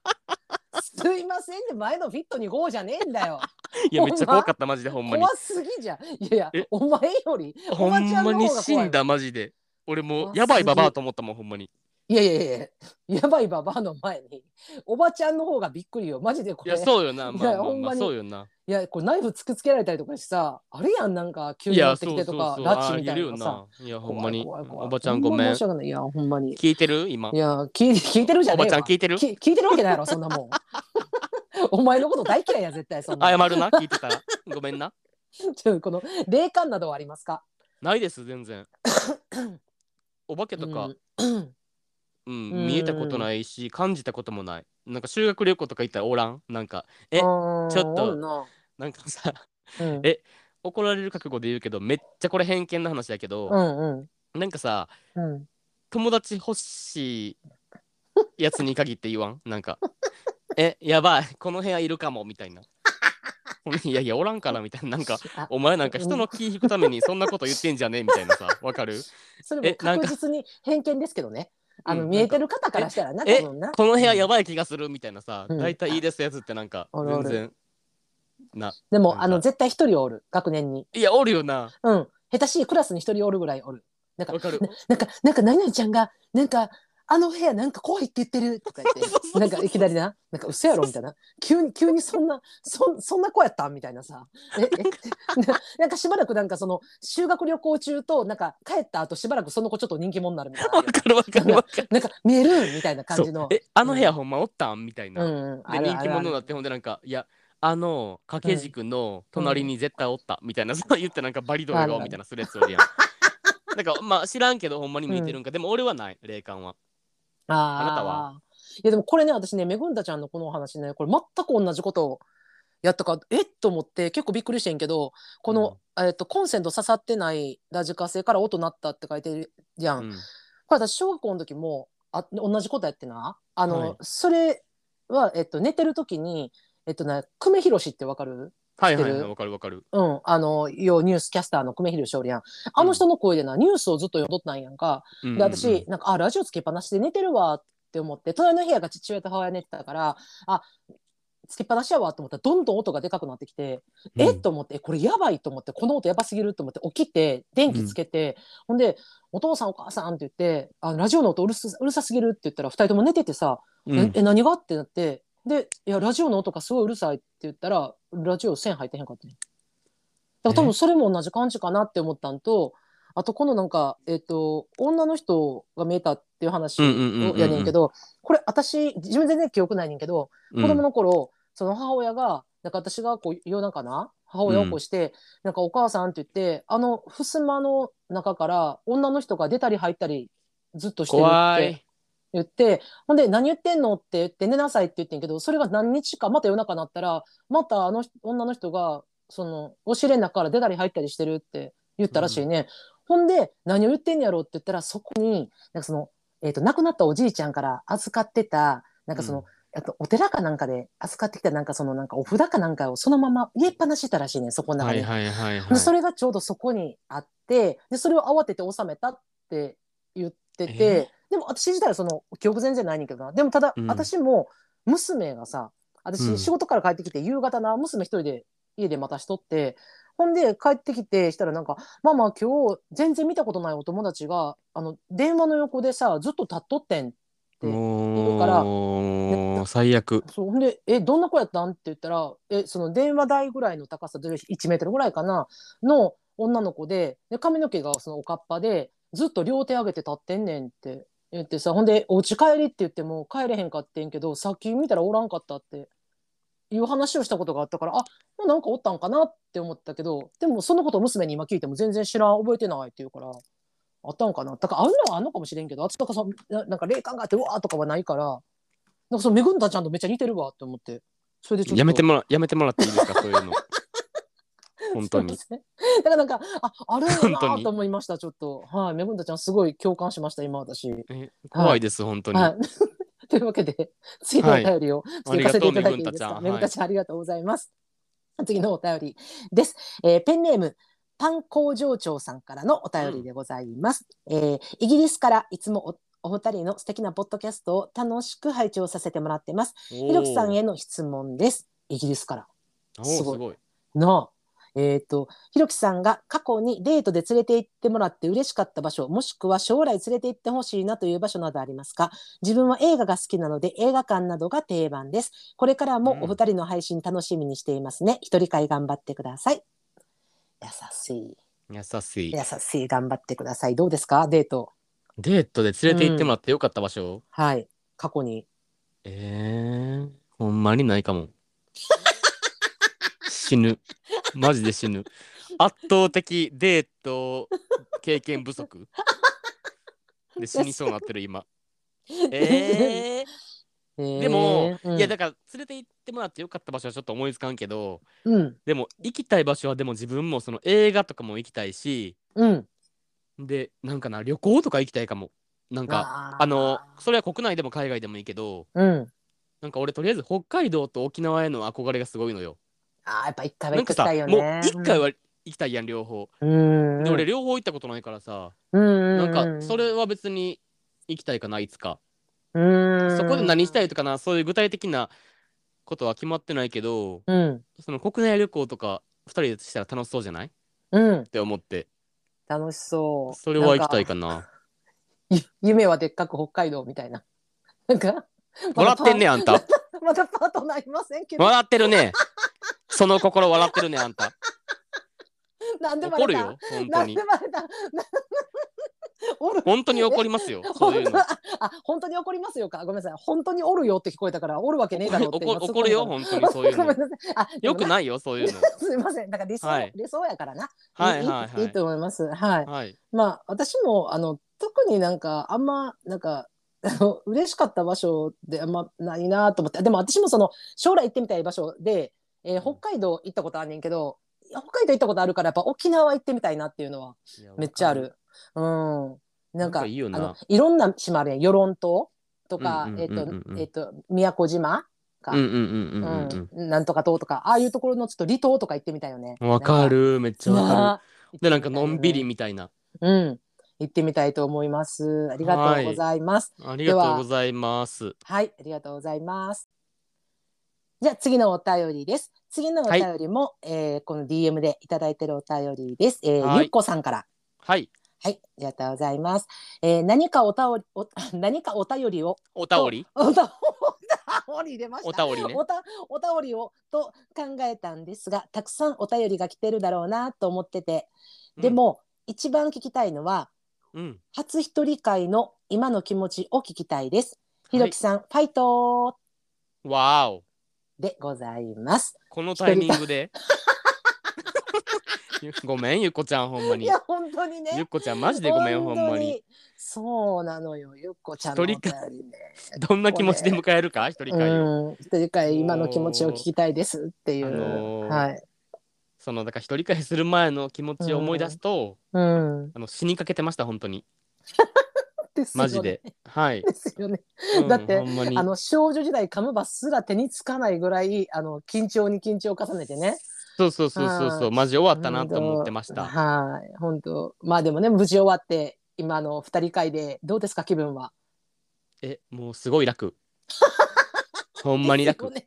A: すいませんで前のフィットにゴーじゃねえんだよ
B: いやめっちゃ怖かったマジでほんまに
A: 怖すぎじゃんいやいや
B: え
A: お前より
B: ほ
A: ば
B: ん
A: ちゃんの方が怖い
B: まに死んだマジで俺もう
A: 怖すぎ
B: やばいババアと思ったもんほんまに
A: いやいやいややばいババアの前におばちゃんの方がびっくりよマジでこ
B: い
A: れ
B: やそうよなま
A: い
B: あ
A: や
B: ま
A: ほ
B: あ
A: ん
B: ま
A: ま
B: あ
A: に
B: そうよない
A: やこれナイフ突きつけられたりとかしてさあれやんなんか急
B: い
A: に乗
B: や
A: って
B: そ
A: き
B: うそ
A: て
B: うそ
A: と
B: う
A: か拉致
B: あー
A: み
B: い
A: たい
B: る
A: な
B: よ
A: さ
B: ないやほんまに
A: 怖い怖い怖い
B: おばちゃんご
A: ほん
B: め
A: ま
B: ん
A: 申し訳ないいやほんまに
B: 聞いてる今
A: いや聞い聞いてるじゃ
B: お
A: ね
B: ば
A: え
B: ちゃん
A: わ
B: 聞いてる
A: き聞いてるわけないやろそんなもん *laughs* お前のこと大嫌いや絶対そんな
B: 謝
A: ん
B: るな聞いてたらごめんな
A: *laughs* ちょこの霊感などはありますか
B: ないです全然お化けとか、
A: うん
B: うん
A: うん
B: 見えたことないし感じたこともないなんか修学旅行とか行ったらおらんなんかえ
A: うーん
B: ちょっと
A: おるな
B: なんかさ *laughs*
A: うん
B: え怒られる覚悟で言うけどめっちゃこれ偏見の話だけ
A: う
B: ど、
A: んうん
B: なんかさ
A: うん
B: 友達欲しいやつに限って言わんなんかえやばいこの部屋いるかもみたいないやいやおらんからみたいななんか
A: あ
B: お前なんか人の気引くためにそんなこと言ってんじゃねえみたいなさわかる
A: それも
B: えなんか
A: 確実に偏見ですけどねあの、
B: うん
A: 見えてる方からしたらな
B: え
A: 多分な
B: この部屋やばい気がするみたいなさ、
A: うん
B: 大体いいですやつってなんか
A: あるあ
B: 全
A: る
B: 然な
A: で
B: なん
A: も
B: か
A: あの絶対一人おる学年に
B: いやおるよな
A: うん下手しいクラスに一人おる *laughs* ぐらいおるなんか
B: わかる
A: なんかなんか何々ちゃんがなんかあの部屋なんか怖いって言ってるとか言
B: *laughs* そうそう
A: っ
B: そ
A: て
B: う
A: なんかいきなりななんか嘘やろみたいな急に急にそんなそんそんな子やったんみたいなさええ *laughs* ななんかしばらくなんかその修学旅行中となんか帰った後しばらくその子ちょっと人気者になるみたい
B: わ
A: な
B: かるわかるわかる
A: なんか見えるみたいな感じ
B: そう
A: の
B: えあの部屋ほんまおったんみたいな、
A: うんうん
B: で
A: ある
B: 人
A: あ
B: 気
A: る
B: 者
A: あ
B: に
A: る
B: なってほんでなんか「いやあの掛け軸の隣に絶対おった」みたいな、 *laughs* そう言ってなんかバリドル
A: あるあ
B: が
A: る
B: みたいなするやつおるやん。 *laughs* なんかまあ知らんけどほんまに見えてるんか、でも俺はない霊感は。
A: あ
B: あなたはい
A: やでもこれね私ねめぐんたちゃんのこのお話ねこれ全く同じことをやったからえっと思って結構びっくりしてんけどこの、えっとコンセント刺さってないラジカセから音鳴ったって書いてるじゃん、
B: うん
A: これ私小学校の時もあ同じことやってなあの、
B: はい
A: それは、えっと、寝てる時にえっとね久米宏ってわかる
B: はいはい
A: 知っ
B: は
A: て
B: い
A: る
B: わかるわかる。
A: うんあのようニュースキャスターの久米宏勝利やんあの人の声でな、ニュースをずっと読んどったんやんか、
B: うんうんうん
A: で私なんかあラジオつけっぱなしで寝てるわって思って隣の部屋が父親と母親寝てたからあつけっぱなしやわと思ったらどんどん音がでかくなってきて、えっと思ってえこれやばいと思ってこの音やばすぎると思って起きて電気つけて、ほんで「お父さんお母さん」って言ってあ「ラジオの音うるすうるさすぎる」って言ったら2人とも寝ててさ「
B: うん
A: ええ何が?」ってなってで「いやラジオの音がすごいうるさい」って言ったらラジオ線入ってへんかったね。だから多分それも同じ感じかなって思ったんとあとこのなんか、えっと女の人が見えたっていう話
B: うんうんうんうんうん
A: をやねんけどこれ私自分全然記憶ないねんけど
B: うん
A: 子供の頃、その母親がなんか私がこう夜中かな母親を起こして、なんかお母さんって言ってあの襖の中から女の人が出たり入ったりずっとしてるっ
B: 怖
A: て
B: い。
A: 言ってほんで「何言ってんの?」って言って「寝なさい」って言ってんけどそれが何日かまた夜中になったらまたあの女の人がそのお尻の中から出たり入ったりしてるって言ったらしいね、ほんで何を言ってんやろうって言ったらそこになんかその、えー、と亡くなったおじいちゃんから預かってたなんかその、
B: うん
A: あとお寺かなんかで預かってきたなんかそのなんかお札かなんかをそのまま入れっぱなしにしたらしいねんそこの中
B: は
A: に、
B: いはいはいは
A: で
B: い。
A: それがちょうどそこにあってでそれを慌てて収めたって言ってて、
B: え
A: でも私自体はその記憶全然ないねんけどなでもただ、
B: うん
A: 私も娘がさ
B: う
A: 私
B: ん
A: 仕事から帰ってきて夕方な娘一人で家でまたしとってほんで帰ってきてしたらなんか「ママ今日全然見たことないお友達があの電話の横でさずっと立っとってん」て言うから
B: もう最悪。
A: そうほんで「えどんな子やったん?」って言ったらえその電話台ぐらいの高さで1メートルぐらいかなの女の子でで髪の毛がそのおかっぱでずっと両手上げて立ってんねんって言ってさほんで「お家帰り」って言っても帰れへんかってんけどさっき見たらおらんかったっていう話をしたことがあったから、あ、もうなんかおったんかなって思ったけど、でもそのことを娘に今聞いても全然知らん、覚えてないって言うから、あったんかな。だからあんのはあんのかもしれんけど、あつとかさ、ななんか霊感があって、うわーとかはないから、なんかそのめぐんだちゃんとめっちゃ似てるわって思って、それでちょっと。
B: やめてもらやめてもらっていい
A: *laughs*
B: ですかそういうの本当に
A: そうですね *laughs* だからなんか、あ、あるよ
B: 本当
A: な
B: に
A: と思いました、ちょっと。はい、めぐんだちゃん、すごい共感しました、今私。
B: え怖いです本当に、
A: はい。 *laughs* というわけで、次のお便りをちょっと行かせていただいていいですか。
B: ありがとう
A: め
B: め
A: ぐ
B: ぐ
A: た
B: た
A: ちゃん、ありがとうございます。次のお便りです。えーペンネーム、パン工場長さんからのお便りでございます。えーイギリスからいつもおお二人の素敵なポッドキャストを楽しく拝聴させてもらってます。
B: おー
A: ひろきさんへの質問です。イギリスから。
B: おーすごい
A: すの、えー、とひろきさんが過去にデートで連れて行ってもらって嬉しかった場所もしくは将来連れて行ってほしいなという場所などありますか自分は映画が好きなので映画館などが定番ですこれからもお二人の配信楽しみにしていますね、一人会頑張ってください優しい
B: 優しい
A: 優しい頑張ってくださいどうですかデート
B: デートで連れて行ってもらってよかった場所、
A: はい過去に
B: えー、ほんまにない
A: *laughs*
B: かも死ぬマジで死ぬ圧倒的デート経験不足で死にそうになってる今えー、でも、
A: えーうん
B: いやだから連れて行ってもらってよかった場所はちょっと思いつかんけど
A: うん
B: でも行きたい場所はでも自分もその映画とかも行きたいし
A: うん
B: でなんかな旅行とか行きたいかもなんか
A: あー
B: あのそれは国内でも海外でもいいけど
A: うん
B: なんか俺とりあえず北海道と沖縄への憧れがすごいのよ。
A: あーやっぱ一回は行
B: なんか
A: き
B: さ、
A: たいよね
B: もう一回は行きたいやん両方。
A: うんうん
B: で俺両方行ったことないからさ、
A: な
B: なんかそれは別に行きたいかないつか。
A: そ
B: そこで何した
A: い
B: いとかなそういう具体的なことは決まってないけど
A: うん
B: その国内旅行とか2人でしたら楽しそうじゃないっ
A: うん
B: て思って
A: 楽しそう
B: それは行きたい
A: か
B: かな。
A: 夢はでっかく北海道みたいななんか
B: *laughs* 笑ってんねあんた。
A: *laughs* まだパートナーいませんけど
B: 笑ってるね。その心笑ってるねあんた。
A: なん *laughs* でバ
B: 怒
A: レ
B: る
A: た
B: よ本
A: な
B: 当
A: んで
B: に。
A: バレたなおる
B: 本当に怒りますよ *laughs* そういう
A: 本
B: の
A: 当。あ本当に怒りますよかごめんなさい本当におるよって聞こえたからおるわけねえだろうって
B: 怒
A: 今突っ込んだ
B: *laughs* 怒るよ
A: か
B: 本当
A: ら
B: にそう
A: *laughs*
B: いう
A: ごめ
B: の
A: ん。なさいあで
B: よ
A: も
B: くないよそういうの。
A: *laughs* すいませんなんか理想、
B: はい
A: 理想やからな、
B: はい
A: い
B: い
A: い
B: はい
A: い
B: はい
A: いと思いますはい
B: い。はい。
A: まあ私もあの特になんかあんまなんか *laughs* あの嬉しかった場所であんまないなと思ってでも私もその将来行ってみたい場所で、えー
B: うん
A: 北海道行ったことあんねんけど北海道行ったことあるからやっぱ沖縄行ってみたいなっていうのはい
B: や
A: めっちゃあ。る。うんなん
B: なん
A: か
B: かいいよな
A: あのいろんな島あるやん与論島とか、
B: うんうん
A: えっ、
B: うんうんうん
A: と,、えっと宮古島か、
B: わかるうんうんうんうんうん
A: うんなんとか島とかああいうところのちょっと離島とか行ってみたいよね。
B: うん。わかるめっちゃわか
A: なあ
B: る。でなんかのんびり
A: 行ってみたいよね
B: みたいな。
A: うん、行ってみたいと思います。ありがとうございます。
B: ありがとうございます。
A: はい、ありがとうございます。じゃあ次のお便りです。次のお便りも、えーこの DM でいただいてるお便りです。えー
B: はい
A: ゆっこさんから。
B: はい。
A: はい、ありがとうございます。えー何かおたおりお *laughs* 何かお便りを *laughs*
B: おたおり
A: おたおり出ました。
B: おたおりね
A: お。たおたおりをと考えたんですが、たくさんお便りが来てるだろうなと思ってて、でも、一番聞きたいのは
B: うん。
A: 初一人会の今の気持ちを聞きたいです。ひろきさん、ファイト
B: わーお。
A: でございます。
B: このタイミングで。ごめんゆっこちゃんほんま
A: い
B: に。
A: や本当にね。
B: ゆっこちゃんマジでごめんほんまに。。
A: そうなのよ、ゆっこちゃんのお便りね。
B: どんな気持ちで迎えるか一人会を。
A: うん、一人会今の気持ちを聞きたいですっていう。
B: あのー
A: はい。
B: そのだから一人会する前の気持ちを思い出すと、
A: うん。
B: あの死にかけてました本当に
A: ですよね
B: マジ。で。はい。
A: ですよね。
B: うん
A: だって
B: ほんまに
A: あの少女時代カムバすら手につかないぐらいあの緊張に緊張を重ねてね。
B: そうそうそうそうそうう、マジ終わったなと思ってまし
A: 本
B: た。
A: 当はい、本当。まあでもね、無事終わって、今の二人会で、どうですか、気分は。
B: え、もうすご
A: *laughs*
B: い楽。ほんまに楽。
A: で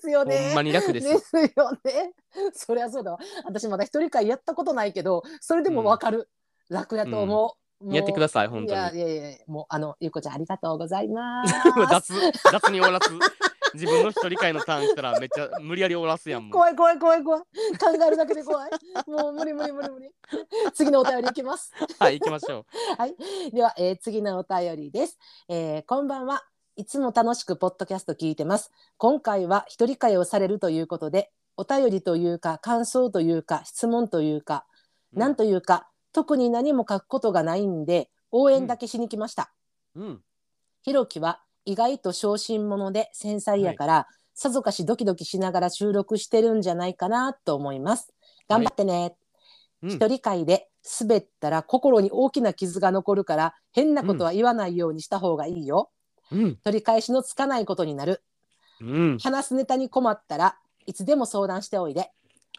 A: すよね。
B: ほんまに楽です
A: ですよね。そりゃそうだわ。私まだ一人会やったことないけど、それでもわかる。楽やと思う。
B: やってください、本
A: い
B: 当
A: や
B: に。
A: いやいや、もうあのゆうこちゃんありがとうございま
B: *laughs*
A: す。
B: 雑、雑に終わらす。自分の一人会のターンしたらめっちゃ無理やり終わらすやんもう。
A: 怖い怖い怖い怖い。考えるだけで怖い。もう無理無理無理無理。次のお便りいきます。
B: はい、行きましょ
A: はい、では、えー次のお便りです、えーこんばんは。いつも楽しくポッドキャスト聞いてます。今回は一人会をされるということで、お便りというか、感想というか、質問というか、 *laughs* なんというか、特に何も書くことがないんで、応援だけしに来ました。
B: うん
A: ひろきは意外と小心者で繊細やから、さぞかしドキドキしながら収録してるんじゃないかなと思います。頑張ってね。
B: うん
A: 一人会で滑ったら心に大きな傷が残るから変なことは言わないようにした方がいいよ。
B: うん
A: 取り返しのつかないことになる。
B: うん
A: 話すネタに困ったらいつでも相談しておいで。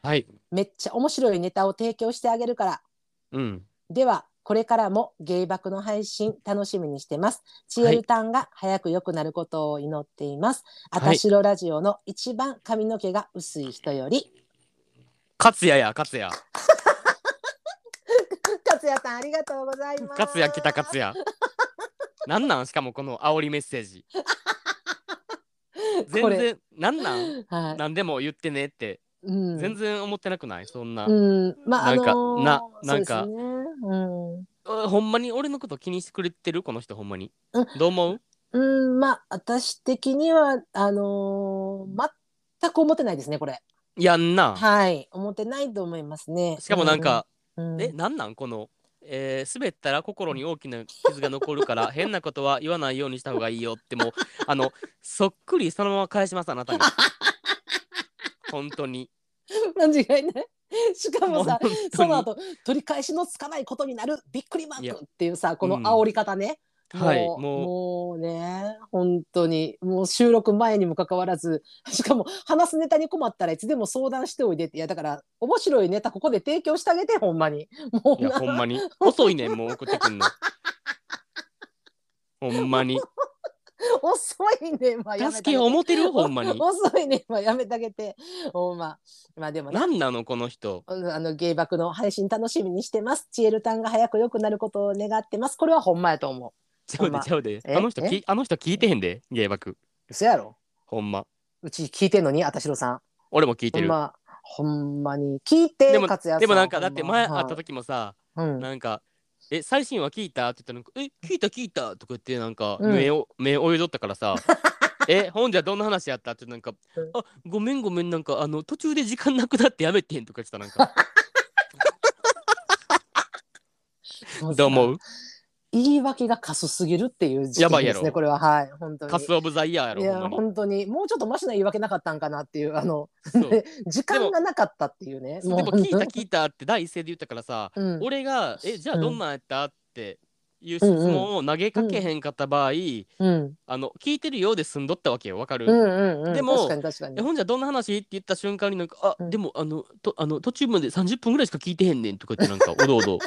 B: はい
A: めっちゃ面白いネタを提供してあげるから。
B: うん
A: では、これからも芸爆の配信楽しみにしてます。チエルタンが早く良くなることを祈っています。あ
B: はい
A: たしろラジオの一番髪の毛が薄い人より。
B: 勝也や勝也
A: 勝也さん、ありがとうございます。
B: 勝也来た勝
A: *laughs*
B: 也なんなんしかもこの煽りメッセージ全
A: これ
B: 然なんなん
A: はい。
B: 何でも言ってねって
A: うん、
B: 全然思ってなくないそんな、
A: うん、まあ、あ
B: なんか
A: のー、
B: ななん
A: そ
B: か
A: うですね。うん。
B: あほんまに俺のこと気にしてくれてるこの人ほんまに、
A: うん
B: どう思う
A: うん、まあ、私的には、あのー全く思ってないですね、これ。
B: やんな、
A: はい、思ってないと思いますね。
B: しかもなんか、
A: うん、うん
B: えなんなんこの、えー滑ったら心に大きな傷が残るから
A: *laughs*
B: 変なことは言わないようにした方がいいよってもうあのそっくりそのまま返しますあな
A: *laughs*
B: たに本当に
A: *laughs* 間違いない。しかもさ
B: もう本当に、
A: その後取り返しのつかないことになるびっくりマ
B: い
A: ー
B: や
A: クっていうさこの煽り方ね、
B: はい
A: もう
B: も
A: もうね本当にもう収録前にもかかわらず *laughs* しかも話すネタに困ったらいつでも相談しておいでっていやだから面白いネタここで提供してあげてほんまにも
B: う
A: う
B: いやほんまに遅いねんもう送ってくんのほんまに
A: 遅いねまあやめてあげて
B: 助けを思ってるほんまに
A: 遅いねまあやめてあげてほんままあでもね
B: なんなのこの人
A: うんあの芸爆の配信楽しみにしてます。チエルタンが早く良くなることを願ってます。これはほんまやと思
B: ちゃうで
A: ほんま
B: ちゃうで
A: え
B: あの人
A: え
B: きあの人聞いてへんで芸爆
A: う。そやろ
B: ほんま
A: うち聞いてんのに、あたしろさん。
B: 俺も聞い
A: ほ
B: て
A: ん
B: る
A: ま、ほんまに聞いて、
B: でも
A: 勝也さん。
B: でもなんかだって
A: ほま
B: 前会った時もさ、
A: はいうん
B: なんか「え最新話聞いた?」って言ったらなんか「え聞いた聞いた」とか言ってなんか
A: うん
B: 目を、目を泳いどったか
A: *laughs*
B: らさ「えほんじゃどんな話やった?」ってなんか
A: うん
B: 「あごめんごめんなんかあの途中で時間なくなってやめてん」とか言ってたな
A: *laughs*
B: んかどう思う
A: 言い訳がカスすぎるっていう事
B: やば
A: 件
B: い
A: で
B: やろ
A: すね、これは。はい、本当に。
B: カスオブザイヤーやろ
A: い
B: ほ
A: や
B: んまに
A: 本当にもうちょっとマシな言い訳なかったんかなっていうあの
B: そうで
A: 時間がなかったっていうね
B: も
A: う
B: 聞いた聞いたって第一声で言ったからさ、
A: うん
B: 俺が「えじゃあ
A: うん
B: どんなんやった?」っていう質問を投げかけへんかった場合、
A: うん
B: あの聞いてるようで済んどったわけよわかる、
A: うんうんうん
B: でも
A: 確かに確かに
B: えほんじゃどんな話って言った瞬間になんか「あ、
A: うん
B: でもあのとあの途中まで30分ぐらいしか聞いてへんねん」とか言ってなん
A: *laughs*
B: かおどおど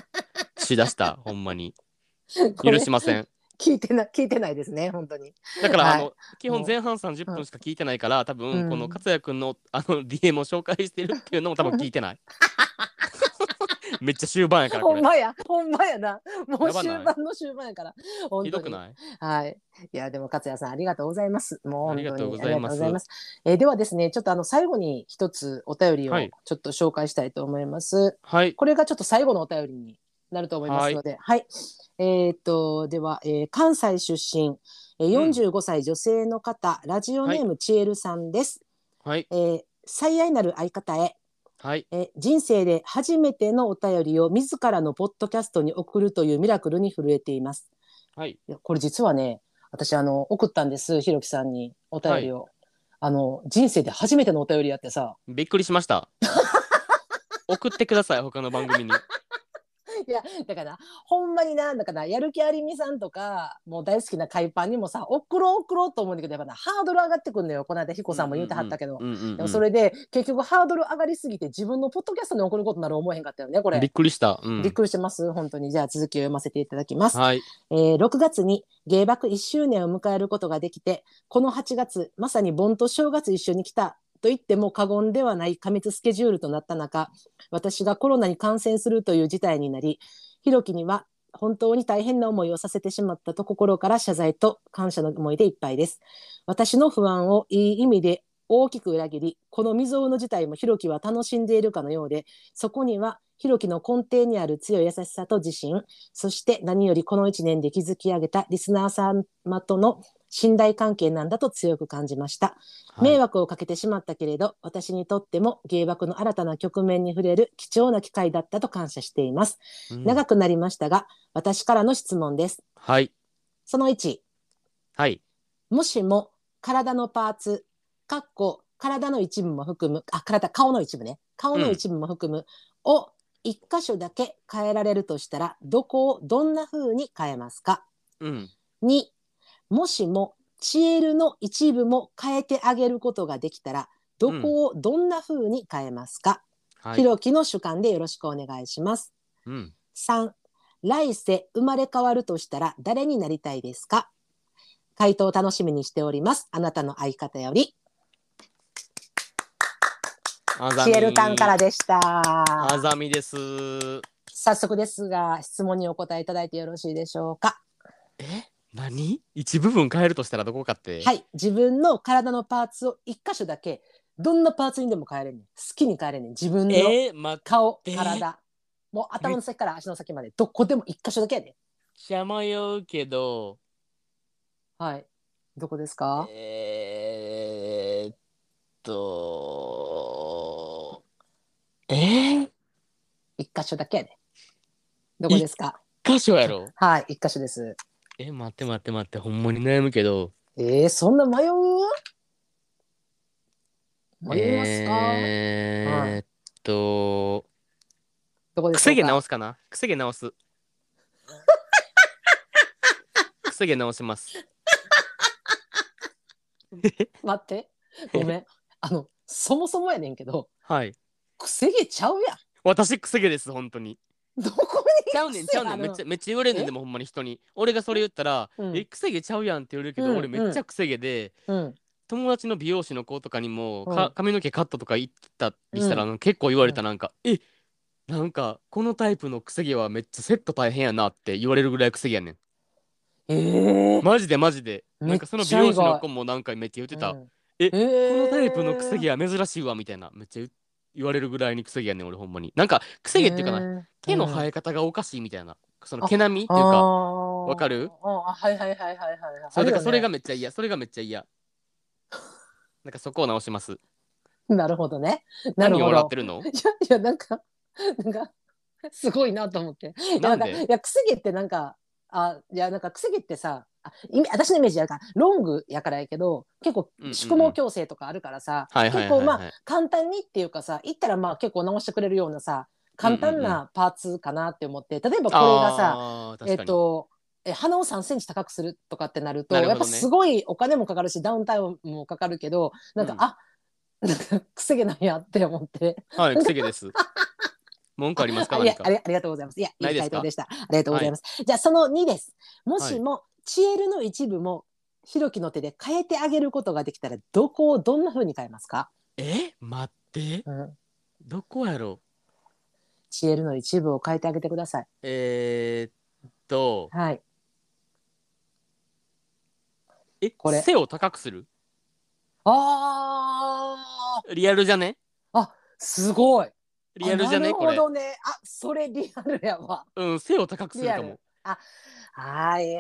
B: しだしたほんまに
A: こ
B: 許
A: れ
B: しません
A: 聞いてな聞いてないですね本当に
B: だから、
A: はい
B: あの基本前半30分しか聞いてないから多
A: う
B: 分
A: ん
B: この勝也くんのあの DM を紹介してるっていうのも多分聞いて
A: *laughs*
B: ないめっちゃ終盤やからこ
A: ほん
B: れ
A: まやほんまやなもう
B: やば
A: 終
B: ない
A: 盤の終盤やから
B: ひ
A: 本当
B: ど
A: に
B: くない
A: はい。いや、でも、勝也さん、ありがとうございます。もう、本当に
B: ありがとうございます
A: ありがとうごえーではですね、ちょっと、あの、最後に一つお便りを、
B: はい
A: ちょっと紹介したいと思います。
B: はい
A: これがちょっと最後のお便りになると思いますので、はい。えーっと、では、えー関西出身、えー
B: うん
A: 45歳女性の方、ラジオネームちえるさんです。
B: はい
A: えー最愛なる相方へ、
B: はい
A: えー人生で初めてのお便りを自らのポッドキャストに送るというミラクルに震えています。
B: はい
A: いやこれ実はね私あの送ったんですひろきさんにお便りを、あの人生で初めてのお便りやってさ
B: びっくりしました *laughs* 送ってください他の番組に
A: いやだからほんまになだからやる気ありみさんとかもう大好きな海パンにもさ送ろう送ろうと思うんだけどやっぱなハードル上がってくんのよこの間彦さんも言うてはったけど、
B: うんうんうん
A: でもそれで結局ハードル上がりすぎて自分のポッドキャストに送ることになる思えへんかったよねこれ
B: びっくりした、うん
A: びっくりしてます本当にじゃあ続きを読ませていただきます、
B: はい
A: えー6月に芸爆1周年を迎えることができてこの8月まさに盆と正月一緒に来たと言っても過言ではない過密スケジュールとなった中私がコロナに感染するという事態になりひろきには本当に大変な思いをさせてしまったと心から謝罪と感謝の思いでいっぱいです私の不安をいい意味で大きく裏切りこの未曾有の事態もひろきは楽しんでいるかのようでそこにはひろきの根底にある強い優しさと自信そして何よりこの1年で築き上げたリスナー様との信頼関係なんだと強く感じました。
B: はい
A: 迷惑をかけてしまったけれど、私にとっても芸爆の新たな局面に触れる貴重な機会だったと感謝しています。
B: うん
A: 長くなりましたが、私からの質問です。
B: はい
A: その1、
B: はい
A: もしも体のパーツ、かっこ体の一部も含む、あ、体、顔の一部ね。顔の一部も含む、を一箇所だけ変えられるとしたら、どこをどんな風に変えますか
B: うん
A: 2もしもチエルの一部も変えてあげることができたらどこをどんな風に変えますか、
B: は
A: ひ
B: い
A: ろきの主観でよろしくお願いします
B: うん
A: 3来世生まれ変わるとしたら誰になりたいですか回答を楽しみにしておりますあなたの相方より
B: あざみ
A: チエルタンからでした
B: あざみです
A: 早速ですが質問にお答えいただいてよろしいでしょうか
B: え何一部分変えるとしたらどこかって
A: はい自分の体のパーツを一箇所だけどんなパーツにでも変えれんねん好きに変えれんねん自分の、
B: えー、ま
A: 顔、
B: で
A: 体、もう頭の先から足の先まで、どこでも一箇所だけやで。
B: ちゃ迷うけど
A: はい。どこですか。
B: えー、っとえー、
A: 一箇所だけやで。どこですか。
B: 箇所やろ
A: はい、一箇所です。
B: え待って待って待ってほんまに悩むけど
A: えー、そんな迷う。迷いますか。
B: えー、っと
A: どこですか。
B: 癖毛直すかな癖毛直
A: *laughs*
B: す癖毛直します
A: 待って。ごめん。あの、そもそもやねんけど、
B: はい
A: くせ毛ちゃうやん。
B: 私癖毛です本当に
A: どこに。
B: ちゃうねんちゃうねんめっち
A: ゃ。
B: ゃめっちゃ言われんねん
A: え
B: でもほんまに人に俺がそれ言ったら「
A: うん
B: え癖毛ちゃうやん」って言われるけど、
A: うん
B: 俺めっちゃ癖毛で、
A: うん。
B: 友達の美容師の子とかにも、
A: うん
B: か髪の毛カットとか言ったりしたら、あの結構言われたなんか「えなんかこのタイプの癖毛はめっちゃセット大変やな」って言われるぐらい癖毛やねん
A: ええー。
B: *laughs* マジでマジで
A: めっちゃ
B: なんかその美容師の子もなんかめっちゃ言ってた、
A: うん
B: え
A: えー
B: このタイプのくせ毛は珍しいわみたいなめっちゃ言う言われるぐらいにくせ毛やねん俺ほんまになんかくせ毛っていうかな、
A: な
B: 毛の生え方がおかしいみたいなその毛並みっていうか
A: わ
B: わかる
A: あはいはいはいはいはいはい
B: そ
A: あ
B: れだか
A: るよね
B: らそれがめっちゃ嫌それがめっちゃ嫌なんかそこを直します
A: なるほどねなる
B: 何を
A: ほ
B: 笑
A: ど
B: ってるの
A: いやいやなんか *laughs* なんかすごいなと思っていや
B: なん
A: か
B: で
A: いやくせ毛ってなんかあいやなんかくせ毛ってさあイメ私のイメージやからロングやからやけど結構
B: うんうんうん
A: 宿毛矯正とかあるからさ、
B: はいはいはいはい
A: 結構まあ簡単にっていうかさ行ったらまあ結構直してくれるようなさ簡単なパーツかなって思って、例えばこれがさ
B: あー
A: え
B: 確
A: っ
B: かに
A: と、え鼻を3センチ高くするとかってなると
B: なるほ
A: や
B: ど
A: っ
B: ね
A: ぱすごいお金もかかるしダウンタイムもかかるけどなんか、
B: うん
A: あなんかくせ毛なんやって思って
B: はいくせ毛です
A: *laughs*
B: 文句ありますか
A: あい
B: 何
A: や
B: か
A: ありありがとうございますいや
B: ない
A: いい
B: で
A: 回
B: すか
A: 答でしたありがとうございます、じゃあその2ですもしも、チエルの一部もひろきの手で変えてあげることができたらどこをどんな風に変えますか、
B: え待って
A: うん、
B: どこやろ
A: チエルの一部を変えてあげてください
B: えー、っと
A: はい
B: え
A: これ
B: 背を高くする
A: あー
B: リアルじゃね
A: すごい
B: リアルじゃね
A: あ
B: こ
A: なる
B: れ
A: ほどねあそれリアルやわ
B: うん背を高くするか
A: リア
B: も
A: ルはいはい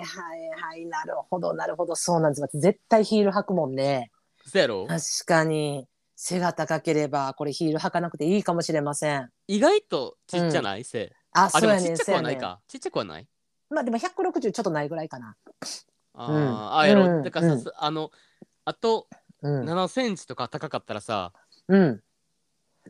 A: はいなるほどなるほどそうなんです私絶対ヒール履くもんね
B: そうやろ
A: 確かに背が高ければこれヒール履かなくていいかもしれません
B: 意外とちっちゃない、背
A: あ
B: あ
A: そ
B: で
A: う
B: も
A: や
B: ち
A: ね
B: っ
A: ん
B: ちゃく
A: そうや
B: はな
A: ね
B: い
A: ん
B: かちっちゃくはない
A: まあでも160ちょっとないぐらいかな
B: あ
A: うん
B: ーあやろ、
A: うん
B: だからさ、
A: うん
B: すあのあと
A: うん、
B: 7センチとか高かったらさ
A: うん、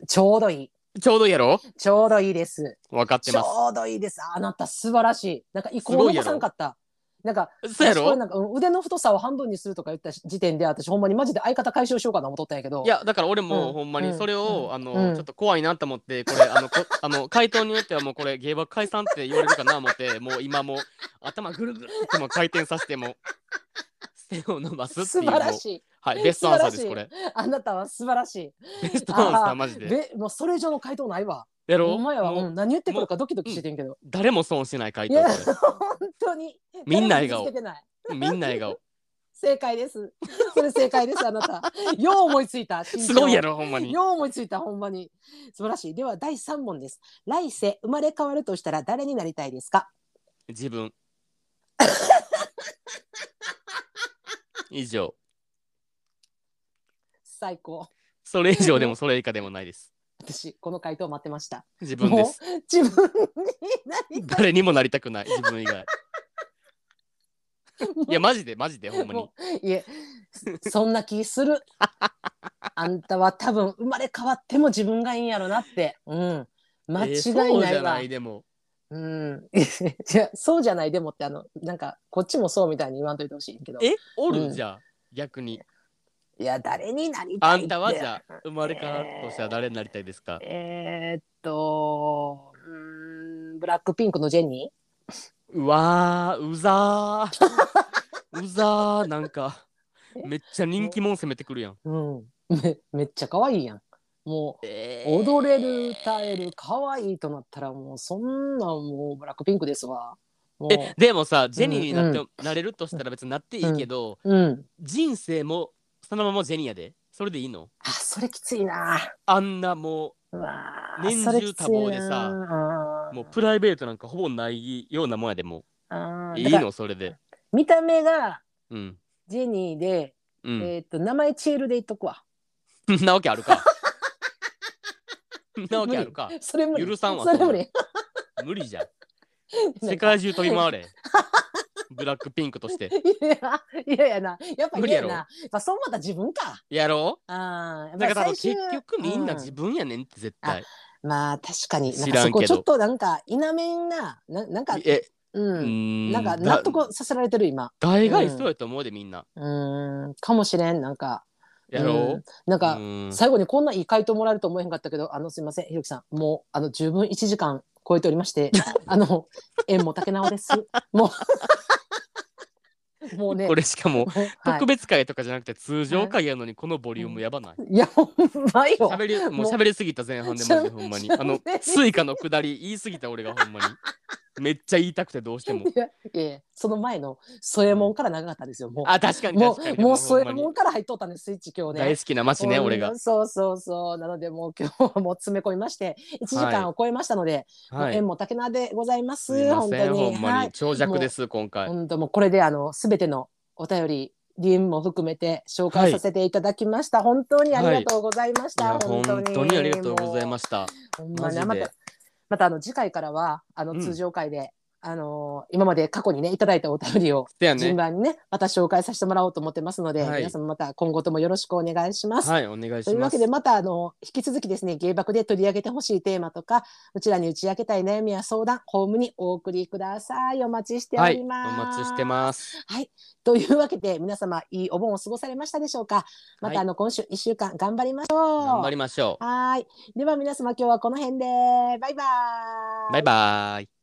A: ちょうどいい
B: ちょうどいいやろ
A: ちょうどいいです
B: 分かって
A: ち
B: ま
A: ょうどいいですあなた素晴らしいなんか意向
B: すごいや
A: 残さ
B: ろ
A: んかったなんか
B: すそうや
A: 私これ
B: ろ
A: なんかうん腕の太さを半分にするとか言った時点で私ほんまにマジで相方解消しようかな思っとったんやけど
B: いやだから俺
A: う
B: も
A: ん
B: ほんまにそれを、
A: うん
B: あの、
A: うん
B: ちょっと怖いなと思ってこれあのこ *laughs* あの回答によってはもうこれ芸爆解散って言われるかな思ってもう今もう頭ぐるぐるってもう回転させても背を伸ばすってい
A: 素
B: う
A: 晴ら
B: もう
A: しい
B: はいベストアンサー
A: 素
B: です
A: 晴
B: こ
A: ら
B: れ
A: しあなたは素晴らしい
B: ベストアンサ
A: *laughs* あ
B: ー
A: ー
B: マジで
A: べもうそれ以上の回答ないわ。
B: やろ
A: お前は
B: もう
A: うん何言ってくるかドキドキしててんけど。
B: 誰も損しない回
A: い
B: 答
A: や
B: こ
A: 本当に。
B: みんな
A: 誰
B: 笑
A: も
B: 顔
A: 気づけて *laughs* ない
B: れみんな笑顔
A: 正解です。それ正解ですあなた。
B: *laughs*
A: よう思いついた。
B: すごいや
A: ろ。
B: ろほんまに
A: よう思いついたほんまに素晴らしい。では第三問です。来世生まれ変わるとしたら誰になりたいですか。
B: 自分以上。
A: 最高。
B: それ以上でもそれ以下でもないです。
A: 私、この回答待ってました。
B: 自分です。
A: 自分に何か
B: 誰にもなりたくない。自分
A: *laughs*
B: 以外。いや、マジで、マジで、ほんまに
A: も。ういえ、そ *laughs* んな気する。あんたは多分生まれ変わっても自分がいいんやろなって。うん。間違
B: えー
A: い
B: そう
A: な
B: じ
A: い
B: ゃ
A: わ。
B: ない、でも。
A: うん。いや、そうじゃないでもって、あの、なんか、こっちもそうみたいに言わんといてほしいけど。
B: えおる、
A: うん
B: じゃあ、逆に。
A: いや、誰になりたい
B: あ
A: って
B: んたはじゃあ、生まれ変わるとしたら誰になりたいですか
A: えーっと、うーん、ブラックピンクのジェニ
B: うわー、うざー。うざー、なんか。めっちゃ人気もん攻めてくるやん。
A: ーうん。め *laughs* めっちゃ可愛いやん。も
B: え
A: う、踊れる、歌える、可愛いとなったら、もう、そんなんもう、ブラックピンクですわ。もう、
B: えでもさジェニーになって、なれるとしたら別になっていいけど、
A: うん。
B: 人生もそのままジェニーやでそれでいいの
A: あ、それきついな。
B: あんなも
A: うわー
B: 年中
A: それきついな
B: 多忙でさうもうプライベートなんかほぼないようなもんやでも
A: あ
B: う
A: ー
B: いい
A: だから
B: のそれで
A: 見た目が
B: うん
A: ジェニーで、
B: うん、
A: えーっと、名前チエルで言っとくわ。 *laughs*
B: んなわけあるかんなわけあるか
A: それ無理。
B: 許さんわ
A: それ無理。
B: 無理じゃん
A: なんか *laughs*
B: 世界中飛び回れブラックピンクとして
A: いやいやいやなやっぱ
B: 無
A: 嫌や
B: 理やろ
A: なやっぱそう思ったら自分か
B: やろ
A: あ
B: う
A: ー
B: だ
A: やっ
B: か
A: ぱ
B: ら多
A: 最
B: 分
A: 終
B: 結局みんな
A: う
B: 自分やねんって絶対、
A: まあ確かになん
B: 知
A: からそ
B: んけど
A: こちょっとなんか否めんなななんか
B: え
A: う、
B: うんん
A: なんか
B: だ
A: 納得させられてる今
B: 大概そうやと思うでみんな
A: うんかもしれんなんか
B: やろう、
A: うんなんか、
B: うん
A: 最後にこんないい回答もらえると思えへんかったけどあのすいませんひろきさんもうあの十分1時間超えておりまして
B: *laughs*
A: あの縁も竹縄ですもう
B: *laughs*
A: もうね
B: これしか
A: もう
B: も
A: はい
B: 特別会とかじゃなくて通常会やのにこのボリュームやばない
A: いやほんまよ
B: 喋りもう
A: もう
B: 喋りすぎた前半でマジで
A: 喋
B: ほんまに
A: 喋り
B: あのスイカのくだり言いすぎた俺がほんまにめっちゃ言いたくてどうし
A: *laughs*
B: ても
A: いやいやその前の添えもんから長かったんですよ。もう
B: あ確かに
A: も
B: 確か
A: う
B: に
A: もう
B: ほ
A: 添え
B: んま
A: も
B: に
A: んから入っとったんですスイッチ今日ね。
B: 大好きな街ね
A: うん
B: 俺が
A: そうそうそうなのでもう今日はもう詰め込みまして1時間を超えましたので、
B: は
A: もう縁
B: い
A: も竹縄でございます。
B: すいま
A: 本
B: せ
A: 当
B: ん
A: に
B: ほんま
A: は
B: に
A: い
B: 長尺です今回
A: 本当もうこれであのすべてのお便り DM も含めて紹介させていただきました、本当にありがとうございまし
B: い
A: た、
B: や本当にありがとうございま
A: し
B: した
A: たほんまに
B: マジで
A: またまたあの次回からはあ
B: う
A: の
B: ん
A: 通常回で、あの今まで過去にねいただいたお便りを
B: せや
A: 順
B: ね
A: 番にねまた紹介させてもらおうと思ってますので、
B: はい
A: 皆様また今後ともよろしくお願いします。
B: はいお願い
A: と
B: し
A: いうわ
B: ます
A: けでまたあの引き続きですね芸爆で取り上げてほしいテーマとかうちらに打ち明けたい悩みや相談ホームにお送りくださいお待ちしてお
B: はい
A: り
B: お
A: ます、
B: 待ちしてます
A: というわけで皆様いいお盆を過ごされましたでしょうかまたあの今週一週間頑張りましょう
B: 頑張りましょ
A: はーいでは皆様今日はこの辺でバイバーイ
B: うバイバーイ